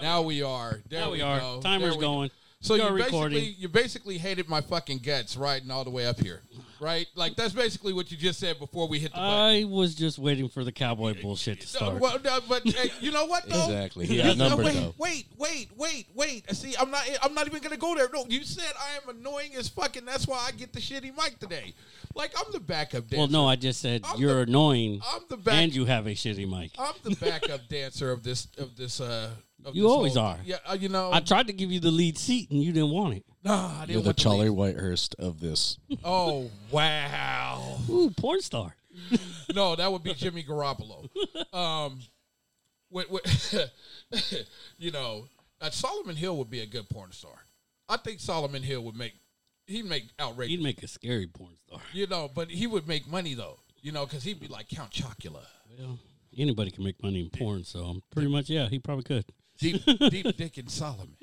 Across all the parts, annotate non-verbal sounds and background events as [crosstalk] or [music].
Now we are. There There we we are. go. There Timer's we go. going. So Go you basically recording. you basically hated my fucking guts riding all the way up here, right? Like that's basically what you just said before we hit the button. I was just waiting for the cowboy bullshit to No, Uh, start. well, no, but hey, you know what though? Exactly. He Yeah. got No, numbers wait, though. wait, wait, wait, wait. Uh, See, I'm not. I'm not even gonna go there. No, you said I am annoying as fucking. That's why I get the shitty mic today. Like I'm the backup dancer. Well, no, I just said I'm you're the- annoying I'm the back. and you have a shitty mic. I'm the backup [laughs] dancer of this. Of this. Uh, of You this always whole- are. Yeah, uh, you know. I tried to give you the lead seat and you didn't want it. nah, I didn't You're the want to leave. Charlie Whitehurst of [laughs] this. Oh wow. Ooh, porn star. No, that would be Jimmy Garoppolo. Um, what, what, [laughs] you know, uh, Solomon Hill would be a good porn star. I think Solomon Hill would make he'd make outrageous, He'd make a scary porn star. you know, but he would make money though, you know, because he'd be like Count Chocula, Well, anybody can make money in porn, so I'm pretty much yeah, he probably could. deep deep dick and Solomon.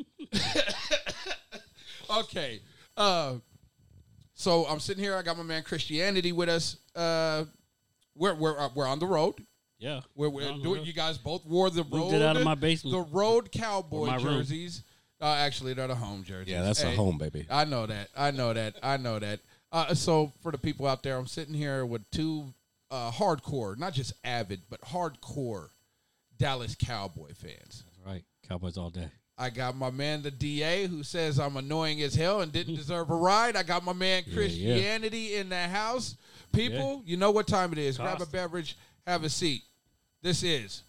[laughs] okay, uh, so I'm sitting here. I got my man Christianity with us. Uh, we're we're uh, we're on the road. Yeah, We're, we're On the doing, road. you guys both wore the road. Uh-huh. it out of my basement. The road cowboy Or my room. jerseys. Uh, actually, they're the home jerseys. Yeah, that's a Hey, home baby. I know that. I know that. I know that. Uh, so for the people out there, I'm sitting here with two uh, hardcore, not just avid, but hardcore Dallas Cowboy fans. right. Cowboys all day. I got my man the DA who says I'm annoying as hell and [laughs] didn't deserve a ride. I got my man Yeah, yeah. Christianity in the house. People, you know what time it is. Grab a Costa. beverage, have a seat. This is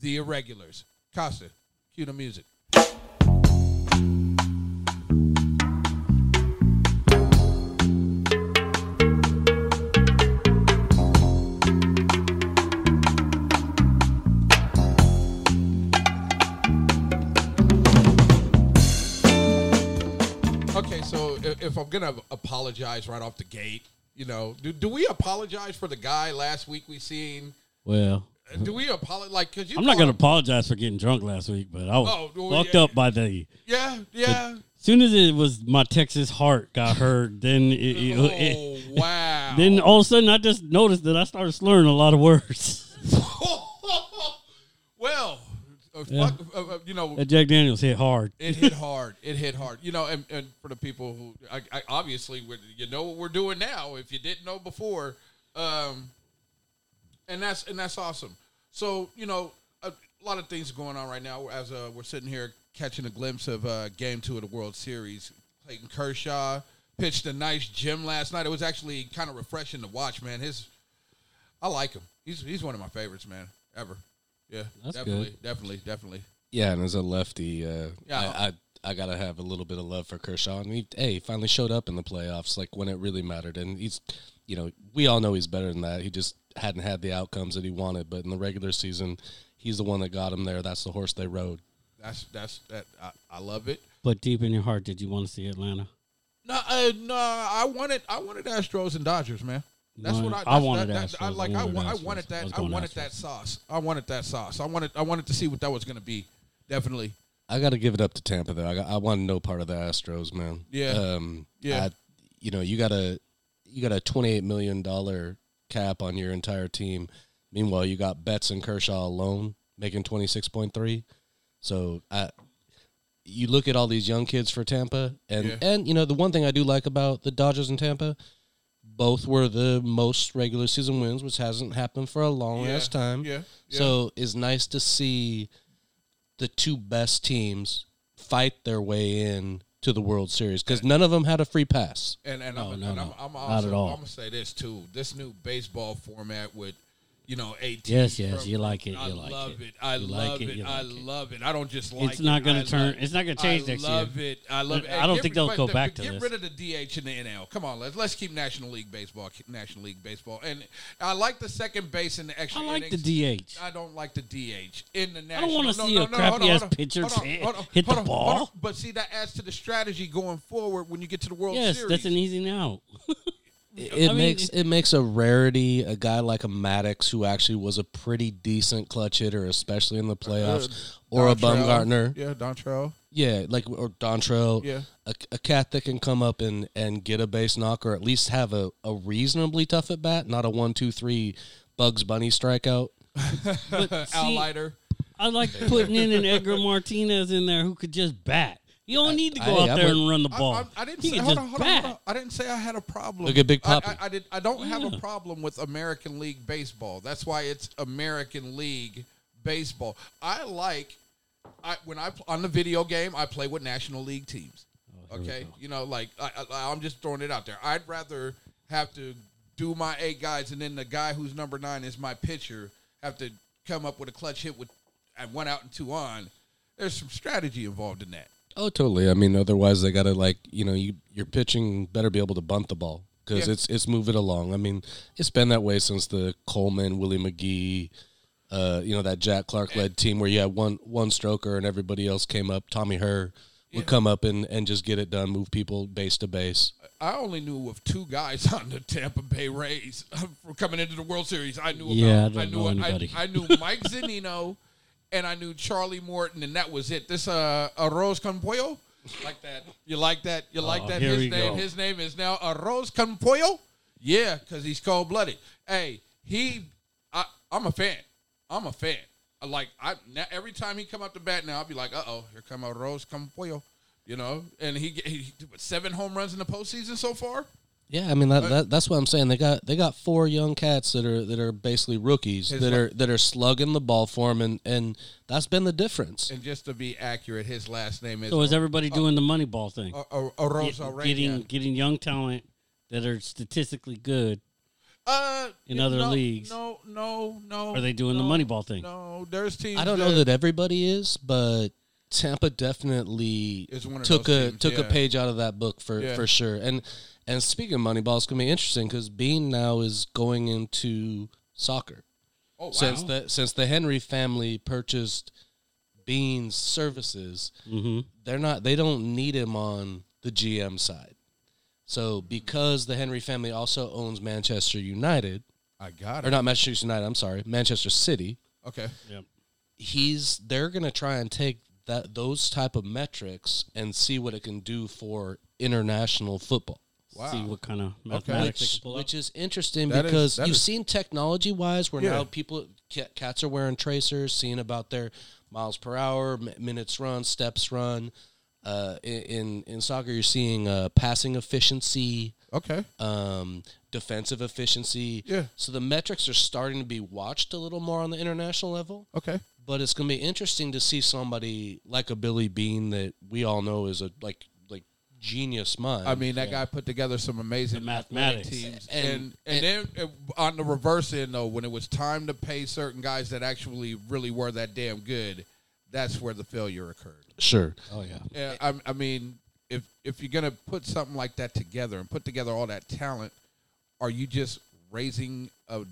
the Irregulars. Costa, cue the music. Okay, so if, if I'm gonna apologize right off the gate, you know, do, do we apologize for the guy last week we seen? Well, Do we apologize? Like, cause you I'm not called- gonna apologize for getting drunk last week, but I was Oh, well, fucked yeah. up by the. Yeah, [laughs] yeah. Soon as it was my Texas heart got hurt, then it, it- it- [laughs] Oh wow. then all of a sudden I just noticed that I started slurring a lot of words. [laughs] well, uh, Yeah. fuck, uh, uh, you know, [laughs] that Jack Daniels hit hard. it hit hard. It hit hard. You know, and, and for the people who, I, I obviously, we're, you know what we're doing now. If you didn't know before, um, and that's and that's awesome. So you know, a lot of things going on right now. As uh, we're sitting here catching a glimpse of uh, Game Two of the World Series, Clayton Kershaw pitched a nice gem last night. It was actually kind of refreshing to watch, man. His, I like him. He's he's one of my favorites, man, ever. Yeah, That's definitely, good. definitely, definitely. Yeah, and as a lefty, uh, Yeah. I, I I gotta have a little bit of love for Kershaw. And he, hey, he finally showed up in the playoffs, like when it really mattered. And he's, you know, we all know he's better than that. He just hadn't had the outcomes that he wanted. But in the regular season, he's the one that got him there. That's the horse they rode. That's that's that. I, I love it. But deep in your heart, did you want to see Atlanta? No, uh, no, I wanted, I wanted Astros and Dodgers, man. That's No, what I, I that's- wanted that, that- I Astros. like. I I, wanted wa- I Astros. wanted I was that. I, going wanted Astros. that sauce. I wanted that sauce. I wanted. I wanted to see what that was going to be. Definitely. I gotta give it up to Tampa though. I, got, I want no part of the Astros, man. Yeah. um, Yeah. I, you know, you got a you got a twenty eight million dollar cap on your entire team. Meanwhile, you got Betts and Kershaw alone making twenty six point three. So I, you look at all these young kids for Tampa, and Yeah. and you know the one thing I do like about the Dodgers and Tampa, both were the most regular season wins, which hasn't happened for a long Yeah. ass time. Yeah. Yeah. So it's nice to see the two best teams fight their way in to the World Series because none of them had a free pass. And and, No, I'm, no, and I'm, no. I'm Not also, at all. I'm gonna say this too. This new baseball format with, you know, eighteen. Yes, yes, from- you like it, I you like love it. it. I You like love it, it. you I like it. love it. I don't just like. It's not gonna I turn- love- it's not gonna change I next year. love it. I love it. I don't Hey, think get- they'll go but- back but to get this. rid of the DH and the NL. Come on, let's let's keep National League baseball. keep National League baseball, and I like the second base and the extra. I like the innings. DH. I don't like the DH in the national. wanna no, see no, a no, hold on, crappy-ass hold on, pitcher hold on, hold on, hit the hold on, hold on. ball. But see, that adds to the strategy going forward when you get to the World Yes, Series. that's an e- easy [laughs] now. It, I mean, makes it- it makes a rarity a guy like a Maddox who actually was a pretty decent clutch hitter, especially in the playoffs, or a Dontrell. Bumgartner. Yeah, Dontrell. Yeah, like or Dontrell. Yeah. a, a cat that can come up and and get a base knock or at least have a, a reasonably tough at bat, not a one two three Bugs Bunny strikeout. But see, Outlier. [laughs] I like putting in an Edgar Martinez in there who could just bat. You don't need to go I- out I there would- and run the I- ball. I, I didn't He say can hold just on, hold on, bat. hold on. I didn't say I had a problem. Look at Big I- Papi. I, I did. I don't have a problem with American League baseball. That's why it's American League baseball. I like. I when I pl- on the video game, I play with National League teams. Oh, okay, you know, like I, I, I'm just throwing it out there. I'd rather have to do my eight guys, and then the guy who's number nine is my pitcher have to come up with a clutch hit with and one out and two on. There's some strategy involved in that. Oh, totally. I mean, otherwise they gotta like you know you your pitching better be able to bunt the ball because Yeah. it's it's moving along. I mean, it's been that way since the Coleman, Willie McGee, uh, you know that Jack Clark led team where you had one one stroker and everybody else came up. Tommy Herr would come up and and just get it done, move people base to base. I only knew of two guys [laughs] on the Tampa Bay Rays for coming into the World Series. I knew about. Yeah, I don't knew know anybody. I, I knew [laughs] Mike Zanino, and I knew Charlie Morton, and that was it. This uh, Arroz con pollo, like that. You like that? You like Oh, that? here His we name. go. His name is now Arroz con pollo. Yeah, because he's cold blooded. Hey, he. I, I'm a fan. I'm a fan. I Like I now, every time he come up to bat now, I'll be like, uh oh, here come Arroz con pollo. You know, and he, he, he seven home runs in the postseason so far. Yeah, I mean Uh, that, that that's what I'm saying. They got they got four young cats that are that are basically rookies His that la- are that are slugging the ball for him, and and that's been the difference. And just to be accurate, his last name is So is everybody Uh, doing the money ball thing? O- O- Oroz Get- Orania. getting getting young talent that are statistically good. uh, in other no, leagues. No, no, no. Are they doing the no, Moneyball thing? No, there's teams. I don't know that everybody is, but Tampa definitely Is one of took those a teams, took yeah. a page out of that book for Yeah. for sure. And and speaking of Moneyball, it's gonna be interesting because Bean now is going into soccer Oh wow. since the since the Henry family purchased Bean's services. hmm They're not they don't need him on the GM side. So because the Henry family also owns Manchester United I got or it. not Manchester United, I'm sorry, Manchester City Okay. he's they're going to try and take that those type of metrics and see what it can do for international football Wow. See what kind of mathematics they which, can pull out. which is interesting That is- because that you've is- seen technology wise where Yeah. now people ca- cats are wearing tracers seeing about their miles per hour mi- minutes run steps run uh, i- in in soccer you're seeing uh, passing efficiency Okay. um, defensive efficiency Yeah. so the metrics are starting to be watched a little more on the international level Okay. but it's going to be interesting to see somebody like a Billy Bean that we all know is a like like genius mind. I mean, that guy put together some amazing The athletic mathematics. teams, and And- and, then uh, on the reverse end though, when it was time to pay certain guys that actually really were that damn good, that's where the failure occurred. sure. oh yeah. Yeah, I, I mean, if if you're gonna put something like that together and put together all that talent, are you just raising a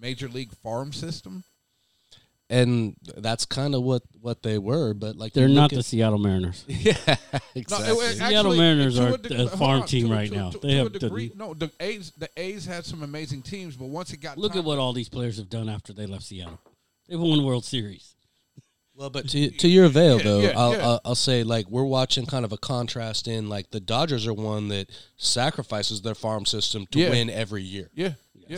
major league farm system? And that's kind of what what they were, but like They're you not look the at- Seattle Mariners. [laughs] yeah, exactly. it- Seattle Mariners to are deg- a hold farm on, team to- right to- now. To, They to a have the- degree, no, the A's the A's had some amazing teams, but once it got Look time- at what all these players have done after they left Seattle. They won World Series. well, but to to your avail Yeah, though, yeah, I'll, yeah. I'll I'll say like we're watching kind of a contrast in like the Dodgers are one that sacrifices their farm system to Yeah. win every year, yeah, Yes.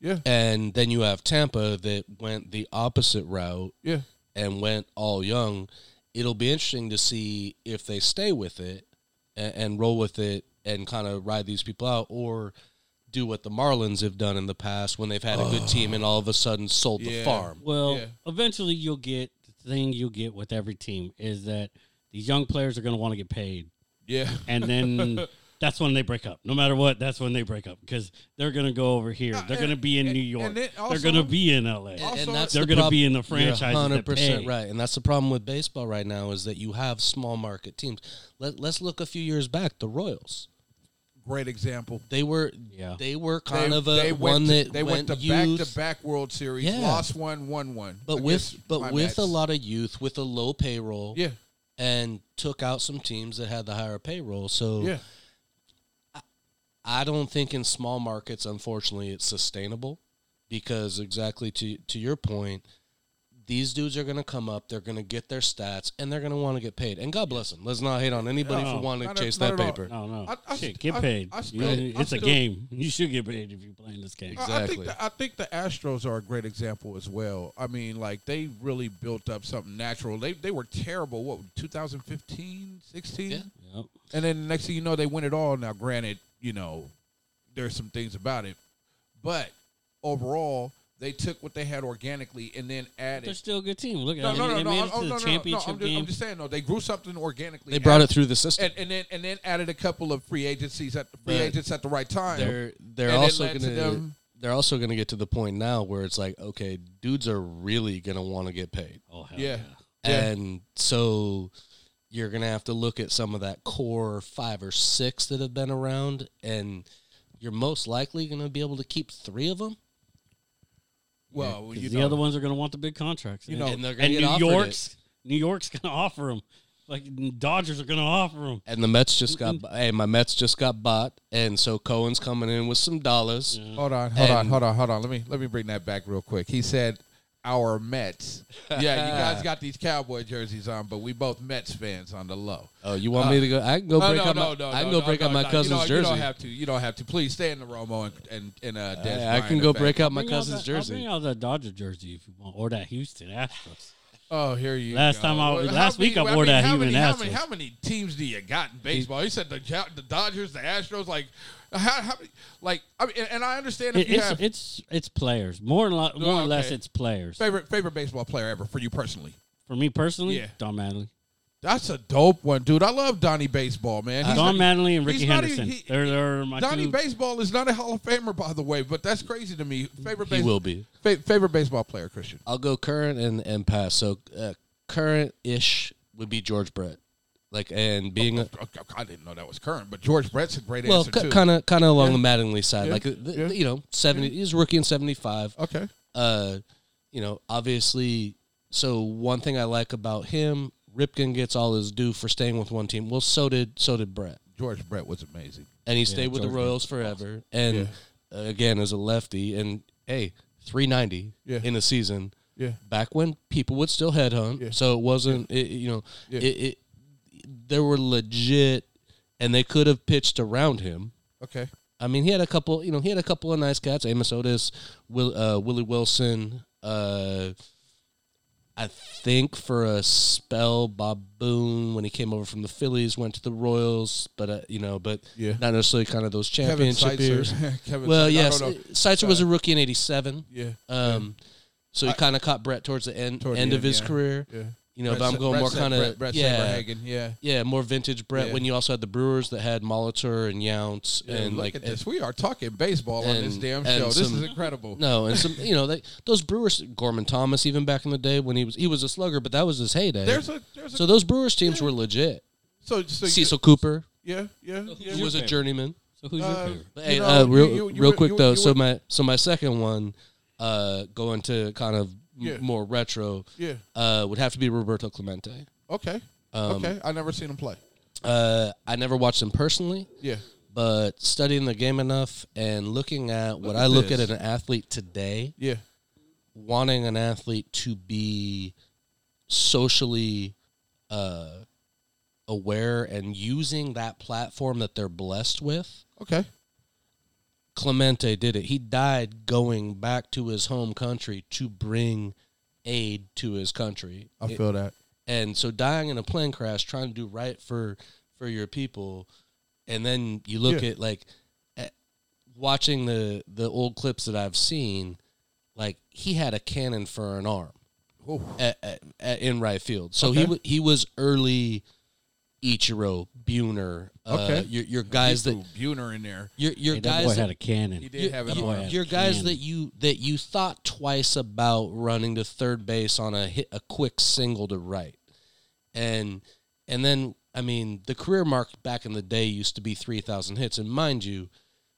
yeah, yeah, and then you have Tampa that went the opposite route yeah. and went all young, it'll be interesting to see if they stay with it and, and roll with it and kind of ride these people out or do what the Marlins have done in the past when they've had a good team and all of a sudden sold Yeah. the farm. Well, Yeah. eventually you'll get the thing you'll get with every team is that these young players are going to want to get paid, yeah. and then [laughs] that's when they break up. No matter what, that's when they break up because they're going to go over here. Uh, They're and- going to be in and- New and York. then also- they're going to be in LA. And- Also, They're gonna prob- be in the you're franchises that 100% pay. right, and that's the problem with baseball right now is that you have small market teams. Let, let's look a few years back. The Royals, Great example. they were Yeah. they were kind they, of a they went one to, that they went, to youth. back to back World Series, Yeah. lost one, won one. but against with but my with Mets. a lot of youth, with a low payroll, yeah, and took out some teams that had the higher payroll. So yeah. I don't think in small markets, unfortunately, it's sustainable because exactly to to your point, These dudes are going to come up. They're going to get their stats, and they're going to want to get paid. And God bless them. Let's not hate on anybody No, for wanting to not at- chase not at that all. paper. No, no. I- I Shit, st- get I- paid. I You- still- I it's a still- game. You should get paid if you're playing this game. I- Exactly. I think, the, I think the Astros are a great example as well. I mean, like they really built up something natural. They they were terrible. What 2015, 16, Yeah. Yep. and then next thing you know, they win it all. Now, granted, you know, there's some things about it, but overall, they took what they had organically and then They're added. still a good team. Look at No, them. no, no, They no, made I'm- it oh, no, to no, no, the no, championship I'm, just, I'm game. just saying, though, they grew something organically. They brought added- it through the system. and, and then and then added a couple of free agencies at free But agents at the right time. they're they're And it also led to going to them- they're also going to get to the point now where it's like, okay, dudes are really going to want to get paid. Oh, hell yeah. Yeah. And so you're going to have to look at some of that core five or six that have been around, and you're most likely going to be able to keep three of Well, them. 'Cause you the know, other ones are going to want the big contracts. You know, And they're gonna and get New offered York's New York's going to offer them. Like Dodgers are going to offer them. And the Mets just got, hey, my Mets just got bought, and so Cohen's coming in with some dollars. Hold on, hold on, And- hold on, hold on. Let me let me bring that back real quick. He said our [laughs] Mets. Yeah, you guys got these cowboy jerseys on, but we both Mets fans on the low. Oh, you want me to go? I can go Oh, break no, up no, my, no, I can no, go break no, up my no, cousin's you don't, You jersey. don't have to. You don't have to. Please stay in the Romo and and, and uh, Des I, I Bryant can go effect. break up my Bring out cousin's that- I'll jersey. bring out that Dodger jersey if you want, or that Houston Astros. Oh, here you. Last go. time I- Well, last how many- week I wore that how human many, how many, assless. how many teams do you got in baseball? He said the Ja- the Dodgers, the Astros, like how, how many- like I mean, and- and I understand if It- you it's, have it's it's players more and lo- more or less okay. it's players. favorite favorite baseball player ever for you personally. For me personally, Yeah. Don Mattingly, That's a dope one, dude. I love Donnie Baseball, man. He's Don Mattingly, and Ricky he's not a- Henderson. he- they're they're my Donnie two. Baseball is not a Hall of Famer, by the way, but that's crazy to me. Favorite He base- will be. fa- favorite baseball player, Christian. I'll go current and, and past. So uh, current ish would be George Brett, like and being a, Oh, I didn't know that was current, but George Brett's a great well, answer too. kind of kind of along the Mattingly side, Yeah. like uh, th- Yeah. you know seventy. He's a rookie in seventy five. okay, Uh, you know, obviously. So one thing I like about him, Ripken gets all his due for staying with one team. Well, so did so did Brett, George Brett was amazing. and he stayed with George the Royals forever. And uh, again, as a lefty, and hey, three ninety Yeah. in a season. Yeah, back when people would still headhunt, Yeah. so it wasn't it, it- you know Yeah. it, it. There were legit, and they could have pitched around him. okay, I mean, he had a couple. You know, he had a couple of nice cats. Amos Otis, Will, uh, Willie Wilson. Uh, I think for a spell, Bob Boone, when he came over from the Phillies, went to the Royals, but uh, you know, but Yeah. not necessarily kind of those Kevin championship years. Seitzer. [laughs] Kevin Well, Seitzer. yes, I don't know. Seitzer was a rookie in '87. Yeah, Um, so he kind of caught Brett towards the end Toward the end of end, his yeah. career. yeah. You know, Brett but I'm Sa- going Brett more Sa- kind Brett, of Brett yeah, Saberhagen, yeah. yeah, more vintage Brett. Yeah. When you also had the Brewers that had Molitor and Younce Yeah, and look like at this. We are talking baseball on this and- damn and show. This some- is incredible. no, and some you know they, those Brewers Gorman Thomas even back in the day when he was he was a slugger, but that was his heyday. There's a there's a so those Brewers teams were legit. so so you- Cecil Cooper, yeah yeah yeah. who was a favorite? journeyman. So who's Uh, your favorite? But You hey, know, uh, you- real, you- you real were- quick you- though. you so were- my so my second one, uh, going to kind of m- Yeah. more retro, Yeah. uh, would have to be Roberto Clemente. Okay. um, okay. I never seen him play. Uh, I never watched him personally, Yeah. but studying the game enough and looking at what at I look this. at an athlete today, Yeah. wanting an athlete to be socially uh, aware and using that platform that they're blessed with. Okay. Clemente did it. He died going back to his home country to bring aid to his country. I feel that. and so dying in a plane crash trying to do right for for your people and then you look Yeah. at like at watching the the old clips that i've seen like he had a cannon for an arm Oof. at, at, at, in right field so he Okay. wa- he was early ichiro buhner uh, Okay. your, your guys He that threw Buhner in there. your, your Hey, that guys boy that- had a cannon. He did your, have your- an boy had arm. a your guys cannon. that you that you thought twice about running to third base on a hit a quick single to right and and then i mean the career mark back in the day used to be 3000 hits and mind you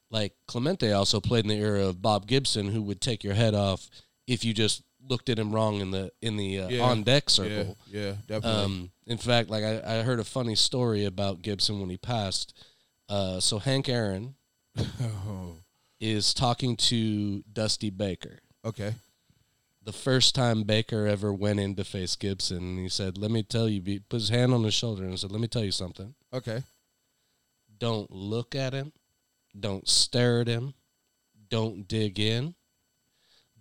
like clemente also played in the era of bob gibson who would take your head off if you just looked at him wrong in the in the uh, Yeah. on deck Yeah. circle Yeah. Definitely. [laughs] um, in fact, like I, I heard a funny story about Gibson when he passed. Uh, so Hank Aaron Oh, is talking to Dusty Baker, okay. the first time Baker ever went in to face Gibson, and he said, "Let me tell you," he put his hand on his shoulder and said, "Let me tell you something. Okay. Don't look at him. Don't stare at him. Don't dig in.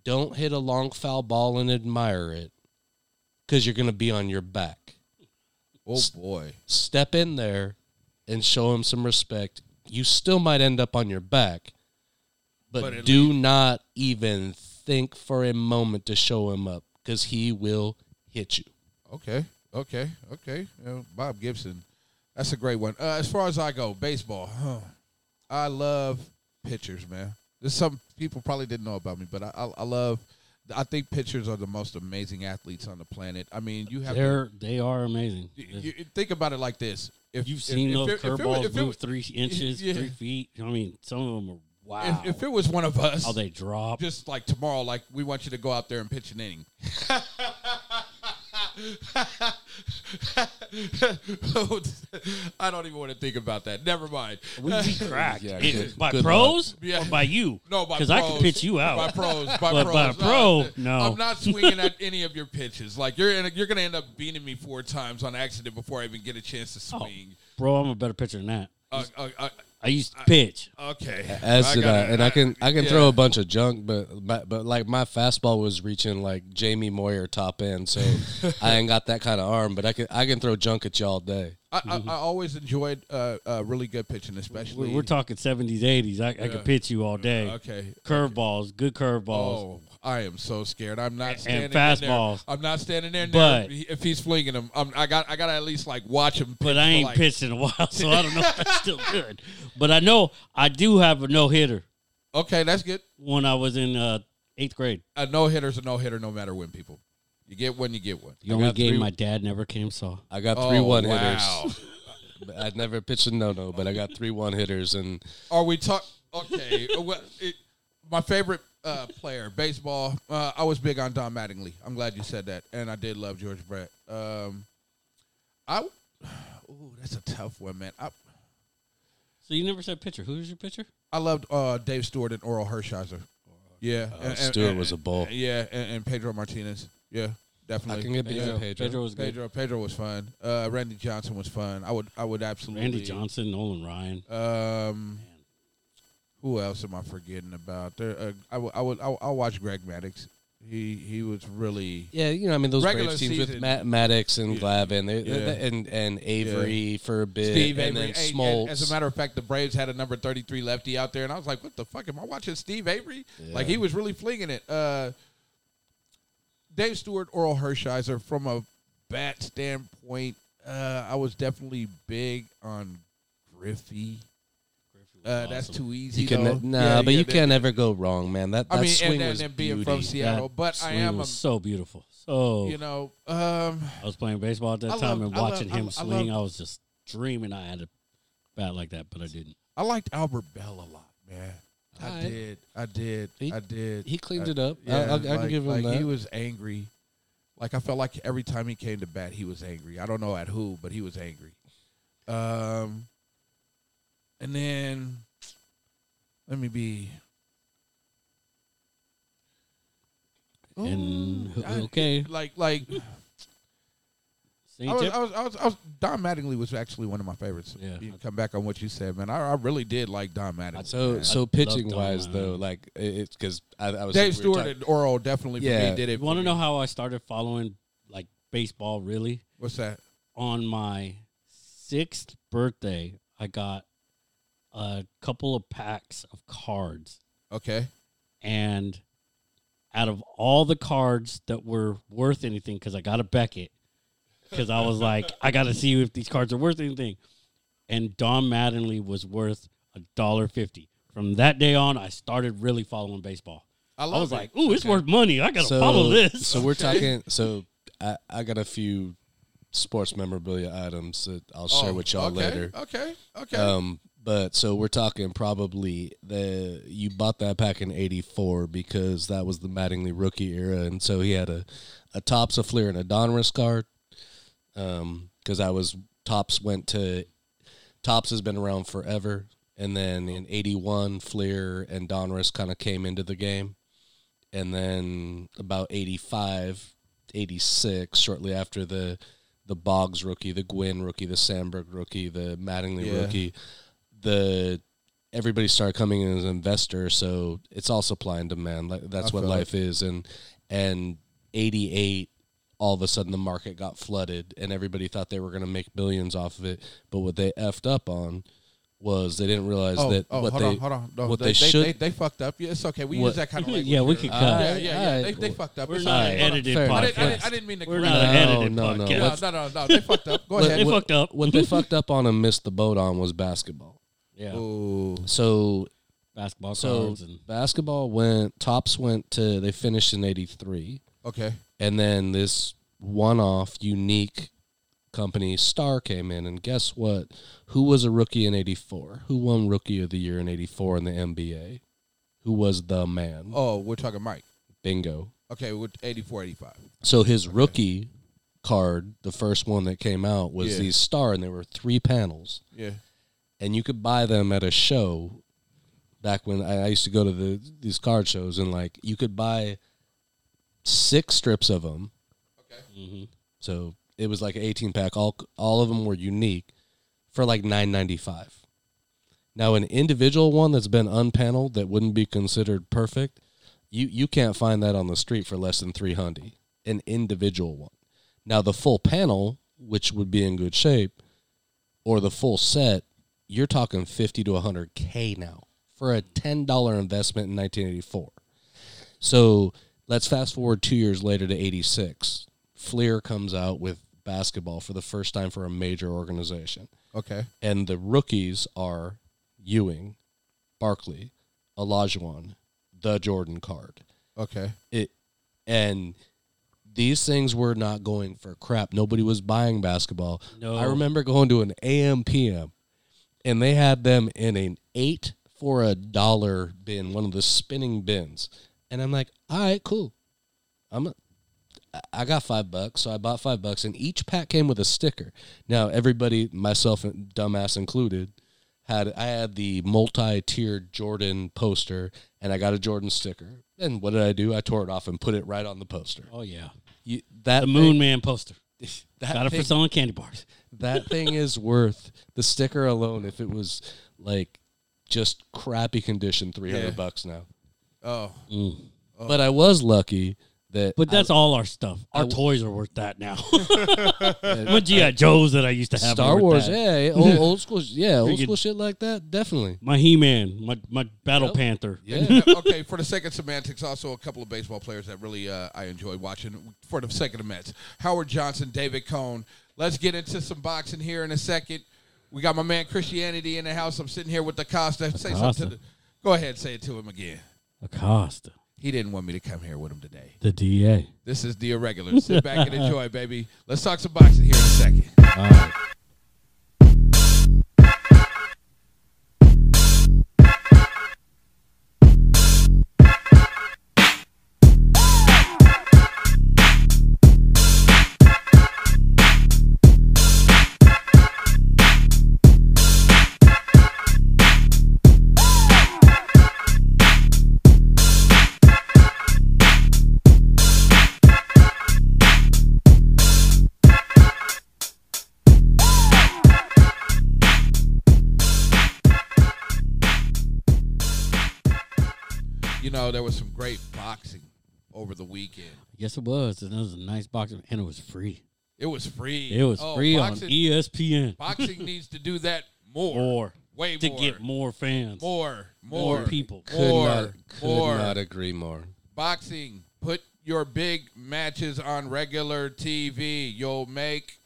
Don't hit a long foul ball and admire it, because you're gonna be on your back. Oh boy. Step in there and show him some respect. You still might end up on your back, but, But at do not even think for a moment to show him up, because he will hit you." Okay. Okay. Okay. Uh, Bob Gibson. That's a great one. Uh, as far as I go, baseball. Huh. I love pitchers, man. There's some people probably didn't know about me, but I, I, I love. I think pitchers are the most amazing athletes on the planet. I mean, you have to, They're they are amazing. you, you- think about it like this. If You've if- seen if those it- if it was- if curveballs it move was- three inches, yeah. three feet. I mean, some of them are wow. If, if it was one of us, How Oh, they drop. just like tomorrow, like we want you to go out there and pitch an inning. I don't even want to think about that. Never mind. We'd be [laughs] cracked. Yeah, It- good- by good pros Yeah. or by you? No, by I can pros. pitch you out. By pros, by But pros. by pro, I'm- no. I'm not swinging at any of your pitches. Like you're, in you're gonna end up beating me four times on accident before I even get a chance Oh. to swing. Bro, I'm a better pitcher than that. Uh, uh, uh, I used to pitch. okay. As did I, gotta- and I can I can throw yeah. a bunch of junk, but, but but like my fastball was reaching like Jamie Moyer top end, so I ain't got that kind of arm. But I can I can throw junk at you all day. I, I, I always enjoyed uh, uh, really good pitching, especially. We're, we're talking 70s, 80s. I, I could pitch you all day. Uh, okay. Curveballs, good curveballs. Oh, I am so scared. I'm not standing in there. fastballs. I'm not standing there. But But- if he's flinging them, I'm, I got I got to at least like watch him. But pitch I for, ain't like, pitched in a while, so I don't know if that's [laughs] still good. But I know I do have a no hitter Okay, that's good. when I was in uh, eighth grade. A no hitter's a no hitter, no matter when. People, you get one, you get one. The only got game three- my dad never came saw. I got Oh, three one hitters. But I'd never pitched a no no, but I got three one hitters, and Are we talk? [laughs] Okay, uh, well, it, my favorite uh, player, baseball. Uh, I was big on Don Mattingly. I'm glad you said that, and I did love George Brett. Um, I, [sighs] ooh, that's a tough one, man. I, So you never said pitcher. Who was your pitcher? I loved uh, Dave Stewart and Oral Hershiser. Yeah, and, and- Oh, Stewart and- was a bull. Yeah, and, and Pedro Martinez. Yeah, definitely. I can get Pedro. behind Pedro. Pedro was good. Pedro Pedro was fun. Uh, Randy Johnson was fun. I would I would absolutely Randy Johnson, Nolan Ryan. Um, who else am I forgetting about? There, uh, I would I would I'll, I'll watch Greg Maddox. He he was really Yeah, you know, I mean those Regular Braves teams season. with Matt Maddox and Glavin, they, Yeah. they- and and Avery for a bit, Steve and Avery. then Hey, Smoltz. and as a matter of fact, the Braves had a number thirty three lefty out there, and I was like, "What the fuck am I watching?" Steve Avery, like he was really flinging it. Uh, Dave Stewart, Oral Hershiser, from a bat standpoint, uh, I was definitely big on Griffey. Uh, That's awesome. too easy. you can though. no, Yeah, but yeah, you that- can't ever go wrong, man. That, that I mean, swing and, and, was and being beauty. from Seattle, That but I swing am, a, was so beautiful. So you know, um, I was playing baseball at that I time love- and I love- watching I him love- I swing. I, love- was just dreaming I had a bat like that, but I didn't. I liked Albert Bell a lot, man. I All right. did, I did, He- I did. he cleaned Uh, I- it up. I- Yeah, I- I can like- give him like that. He was angry. Like I felt like every time he came to bat, he was angry. I don't know at who, but he was angry. Um, and then let me be. And Ooh, Mm, Oh, I- okay, like [laughs] like Saint I was, Tip- I was, I was, I was, Don Mattingly was actually one of my favorites. Yeah. You come back on what you said, man. I, I really did like Don Mattingly. So man. so pitching wise Donovan. though, like it's because I, I was Dave we were Stewart talking- and Oral definitely for Yeah. me did it. you want for to me. know how I started following like baseball really? what's that? On my sixth birthday, I got a couple of packs of cards Okay. and out of all the cards that were worth anything, because I got a Beckett, because I was like, I got to see if these cards are worth anything, and Don Mattingly was worth a dollar fifty. From that day on, I started really following baseball. I, I love was it. like, "Ooh, it's worth money. I gotta so, follow this." [laughs] So we're talking. So I, I got a few sports memorabilia items that I'll share Oh, with y'all okay, later. Okay. Okay. Um, but so we're talking probably the you bought that pack in '84 because that was the Mattingly rookie era, and so he had a a tops, a Fleer, and a Donruss card. Um, because I was tops went to tops has been around forever, and then in '81 Fleer and Donruss kind of came into the game, and then about 85, 86, shortly after the the Boggs rookie, the Gwynn rookie, the Sandberg rookie, the Mattingly Yeah. rookie, the everybody started coming in as an investor, so it's all supply and demand. Like that's I what feel life is, and and eighty eight. All of a sudden, the market got flooded, and everybody thought they were going to make billions off of it. But what they effed up on was they didn't realize Oh, that oh what hold they on, hold on. No, what they, they should- They, they fucked up. Yeah, it's okay. We What- use that kind of language. yeah, we here. could Uh, cut. Yeah, yeah, yeah. Alright, they, they cool. fucked up. We're It's not all right. an Hold on. edited Fair enough. I didn't, I, didn't, I podcast. didn't mean to. We're correct not No, an edited no, no. podcast. No, no, no, no. They fucked up. Go Let- They ahead. what- fucked up. [laughs] what they fucked up on and missed the boat on was basketball. Yeah. Ooh. So Basketball so cards and basketball went tops went to they finished in eighty three, Okay. and then this one off unique company Star came in, and guess what? Who was a rookie in eighty four? Who won Rookie of the Year in eighty four in the NBA? Who was the man? Oh, we're talking Mike. Bingo. Okay, with 84, 85. So his rookie card, the first one that came out, was Yeah. these Star, and there were three panels. Yeah. and you could buy them at a show. Back when I, I used to go to the these card shows, and like you could buy six strips of them. Okay. mm-hmm. So it was like an eighteen pack. All all of them were unique for like nine ninety five. Now an individual one that's been unpaneled that wouldn't be considered perfect, you you can't find that on the street for less than three hundred. An individual one. Now the full panel, which would be in good shape, or the full set, you're talking fifty to hundred k now for a ten dollar investment in nineteen eighty four. So let's fast forward two years later to 86. Fleer comes out with basketball for the first time for a major organization. Okay. And the rookies are Ewing, Barkley, Olajuwon, the Jordan card. Okay. It and these things were not going for crap. Nobody was buying basketball. No. I remember going to an AM PM and they had them in an eight for a dollar bin, one of the spinning bins. And I'm like, all right, cool. I'm a, I- I got five bucks, so I bought five bucks, and each pack came with a sticker. Now everybody, myself and dumbass included, had I had the multi-tiered Jordan poster, and I got a Jordan sticker. And what did I do? I tore it off and put it right on the poster. oh yeah, You, that the thing- Moon Man poster. that Got it thing- for selling candy bars. that thing is worth the sticker alone. If it was like just crappy condition, three hundred Yeah. bucks now. Oh. But I was lucky that. But that's all our stuff. Our I- toys are worth that now. [laughs] My GI Joes that I used to have. Star were worth Wars, that. yeah, yeah, old, old school, yeah, old Freaking- school shit like that, definitely. My He Man. My my Battle Yep. Panther. Yeah, uh, okay, for the sake of semantics, also a couple of baseball players that really uh, I enjoy watching for the sake of the Mets. Howard Johnson, David Cohn. Let's get into some boxing here in a second. We got my man Christianity in the house. I'm sitting here with Acosta. Say something to Acosta. the, Go ahead, say it to him again. Acosta. He didn't want me to come here with him today. The DA. This is the irregular. Sit back and enjoy, [laughs] baby. Let's talk some boxing here in a second. You know, there was some great boxing over the weekend. Yes, it was. And it was a nice box, and it was free. It was free. It was Oh, free boxing- on E ESPN. [laughs] boxing needs to do that more. More Way to more. get more fans, more, more, more people. Could More, not, could more. not agree more. Boxing. Put your big matches on regular TV. You'll make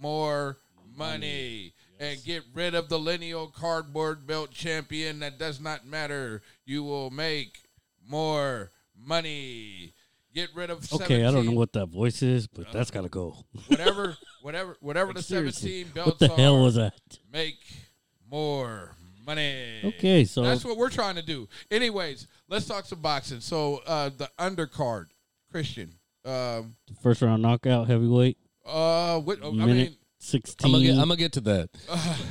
more money. And get rid of the lineal cardboard belt champion that does not matter. You will make more money. Get rid of Okay, I don't know 17 what that voice is, but that's gotta go. whatever whatever whatever the Seriously, seventeen belts what the hell are. was that? make more money. Okay, so That's what we're trying to do. Anyways, let's talk some boxing. So uh, the undercard, Christian. Um, first round knockout heavyweight, uh, what, I minute [laughs] mean, 16 I'm gonna, get, I'm gonna get to [laughs] that.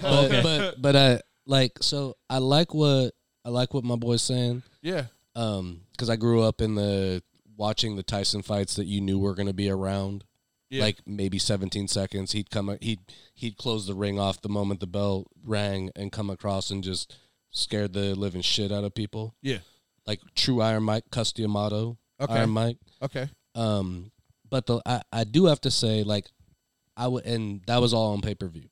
but, but but I like so I like what I like what my boy's saying. yeah, Um, because I grew up in the watching the Tyson fights that you knew were going to be around. Yeah. Like maybe 17 seconds, he'd come. He'd he'd close the ring off the moment the bell rang and come across and just scared the living shit out of people. Yeah. Like true Iron Mike Customato. Okay. Iron Mike. Okay. Um, but the I, I do have to say, like, I would, and that was all on pay per view.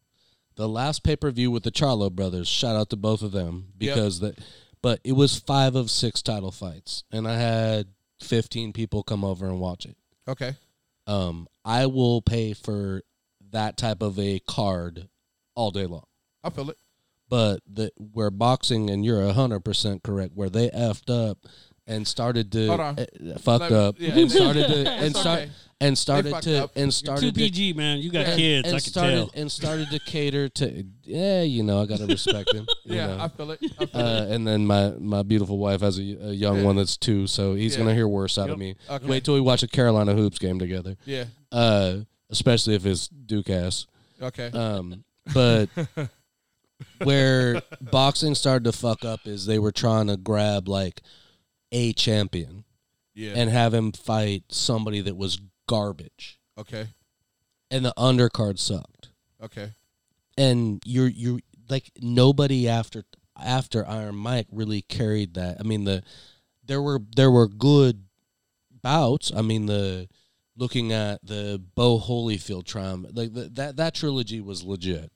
The last pay per view with the Charlo brothers. Shout out to both of them Yep. because the, but it was five of six title fights, and I had fifteen people come over and watch it. Okay. Um, I will pay for that type of a card all day long. I feel it. But the, where boxing, and you're hundred percent correct, where they effed up and started to Hold on. eh, eh, fucked Let me- up yeah, [laughs] and they- started to and [laughs] It's start okay. and started fucked to up. and Two started to PG man, you got and, kids. and I can started tell. and started to cater to yeah, you know, [laughs] I gotta respect him. you Yeah, know. I feel it. I feel uh, and then my, my beautiful wife has a, a young Yeah. one that's two, so he's Yeah. gonna hear worse out Yep. of me. Okay. Wait till we watch a Carolina hoops game together, yeah. uh, especially if it's Duke ass. Okay. Um, but where boxing started to fuck up is they were trying to grab like a champion yeah. and have him fight somebody that was garbage, okay. and the undercard sucked. Okay. And you're you like nobody after after Iron Mike really carried that. I mean the there were there were good bouts. I mean the looking at the Bo Holyfield triumph, like the, that that trilogy was legit.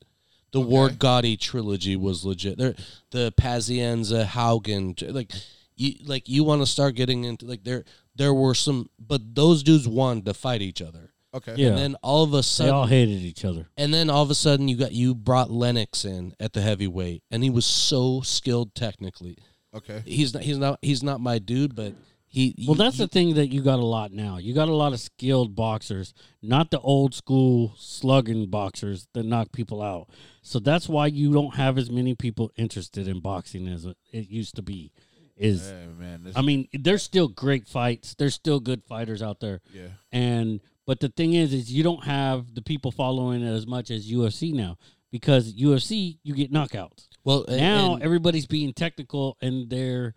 The Ward Gotti trilogy was legit. There, the Pazienza Haugen, tr- like you like you want to start getting into like there there were some, but those dudes wanted to fight each other. Okay. yeah, And then all of a they sudden, all hated each other. and then all of a sudden you got you brought Lennox in at the heavyweight, and he was so skilled technically. Okay. He's not he's not he's not my dude, but he Well, that's the thing that you got a lot now. You got a lot of skilled boxers, not the old school slugging boxers that knock people out. So that's why you don't have as many people interested in boxing as it used to be. Is Hey, man. This, I mean, there's still great fights. There's still good fighters out there. yeah. And but the thing is, is you don't have the people following it as much as UFC now because UFC you get knockouts. well and- now and- everybody's being technical, and they're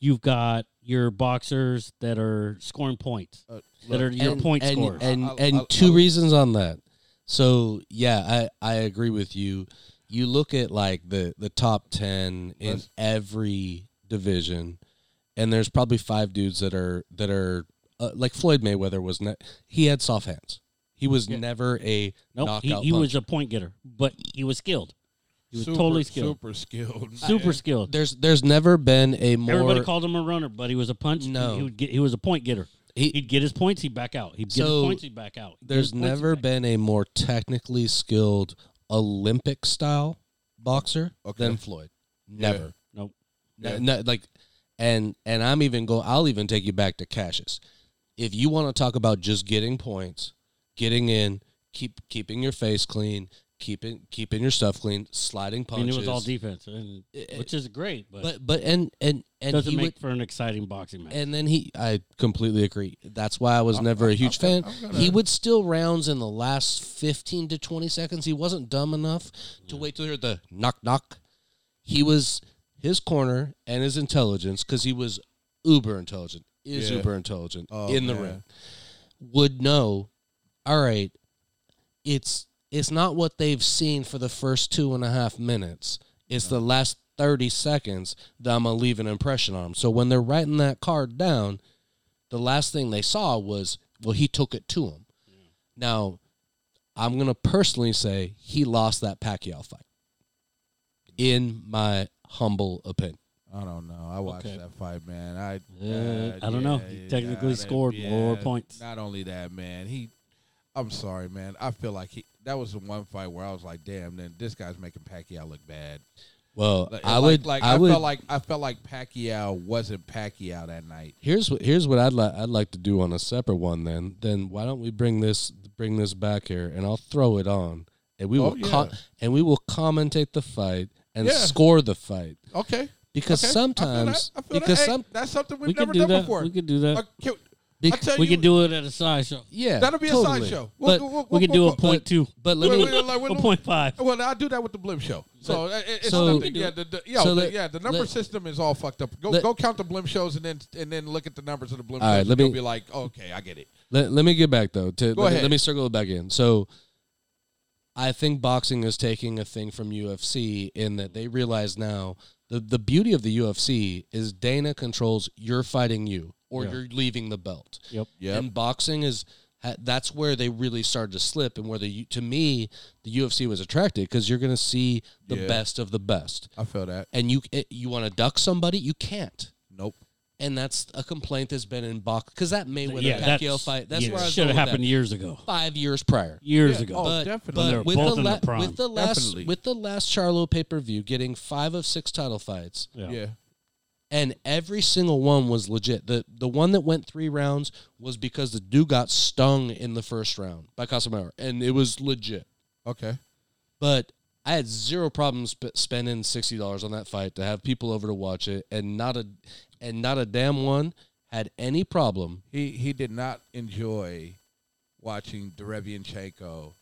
you've got your boxers that are scoring points Uh, that are your and, point and, scorers. And I- I- and I- two I- reasons on that. So yeah, I I agree with you. You look at like the the top ten in Let's- every division, and there's probably five dudes that are that are uh, like Floyd Mayweather was. Ne- he had soft hands. He was never a no, knockout. he, he puncher. was a point getter, but he was skilled. He was super, totally skilled, Super skilled. super, man. skilled. There's there's never been a Uh, more Everybody called him a runner, but he was a punch. No. he, would get, he was a point getter. He- He'd get his points, he'd back out. He'd get So, his points, he'd back out. He'd get his there's points, he'd never back been a more technically skilled Olympic style boxer Okay. than Floyd. Never. Nope. No- Yeah. no, like, and and I'm even go. I'll even take you back to Cassius. If you want to talk about just getting points, getting in, keep keeping your face clean, keeping keeping your stuff clean, sliding I mean, punches. it was all defense, and, It- which is great, but, But but and and and doesn't he make would, for an exciting boxing match. and then he, I completely agree. That's why I was never a huge fan. I'm gonna- he would still rounds in the last 15 to 20 seconds. He wasn't dumb enough to wait till he heard the knock, knock. He was his corner and his intelligence, because he was uber intelligent, is Yeah. uber intelligent Oh, in the man. ring, would know, all right, it's it's not what they've seen for the first two and a half minutes. It's the last thirty seconds that I'm gonna leave an impression on them. So when they're writing that card down, the last thing they saw was well he took it to him. Now, I'm gonna personally say he lost that Pacquiao fight. Mm. In my humble opinion, I don't know. I watched Okay. that fight, man. I Uh, I don't know. He technically that- scored more points. Not only that, man. He, I'm sorry, man. I feel like he. That was the one fight where I was like, damn, then this guy's making Pacquiao look bad. well, Like, I like- would, Like, I, I, would. felt like I felt like Pacquiao wasn't Pacquiao that night. Here's what here's what I'd like I'd like to do on a separate one then. Then why don't we bring this bring this back here and I'll throw it on and we Oh, will co- yeah. and we will commentate the fight and Yeah. score the fight Okay. because okay. I feel that. sometimes I feel that. because Hey, some that's something we've we never could do done that. before. We could do that. Uh, can- I tell we you, can do it at a side show. Yeah, that'll be totally. a sideshow. But we can do a point two. But let me. Wait, wait, like, Oh, wait, a point five. Well, I do that with the blimp show. So uh, it- it's so- nothing. Yeah, the, the, yeah, so the- let- yeah, the number let- system is all fucked up. Go let- go count the blimp shows and then and then look at the numbers of the blimp All right, shows. let and you'll me- be like, okay, I get it. Let, let me get back though. To, Go let, ahead. let me circle it back in. So, I think boxing is taking a thing from UFC in that they realize now the the beauty of the UFC is Dana controls you're fighting you or you're leaving the belt. Yep. And boxing is ha- that's where they really started to slip and where the U- to me the UFC was attracted because you're going to see the Yeah. best of the best. I feel that. And you it, you want to duck somebody, you can't. Nope. And that's a complaint that's been in box because that Mayweather Yeah, Pacquiao that's- fight. That's yeah, where I was should going have with happened that. years ago. five years prior. Years Yeah, ago. oh, But, definitely. They're but with, both the in their la- prime. with the last Definitely. with the last Charlo pay per view, getting five of six title fights, yeah. Yeah. and every single one was legit. the The one that went three rounds was because the dude got stung in the first round by Casemiro, and it was legit. Okay. But I had zero problems sp- spending sixty dollars on that fight to have people over to watch it, and not a and not a damn one had any problem. He he did not enjoy watching Derevianchenko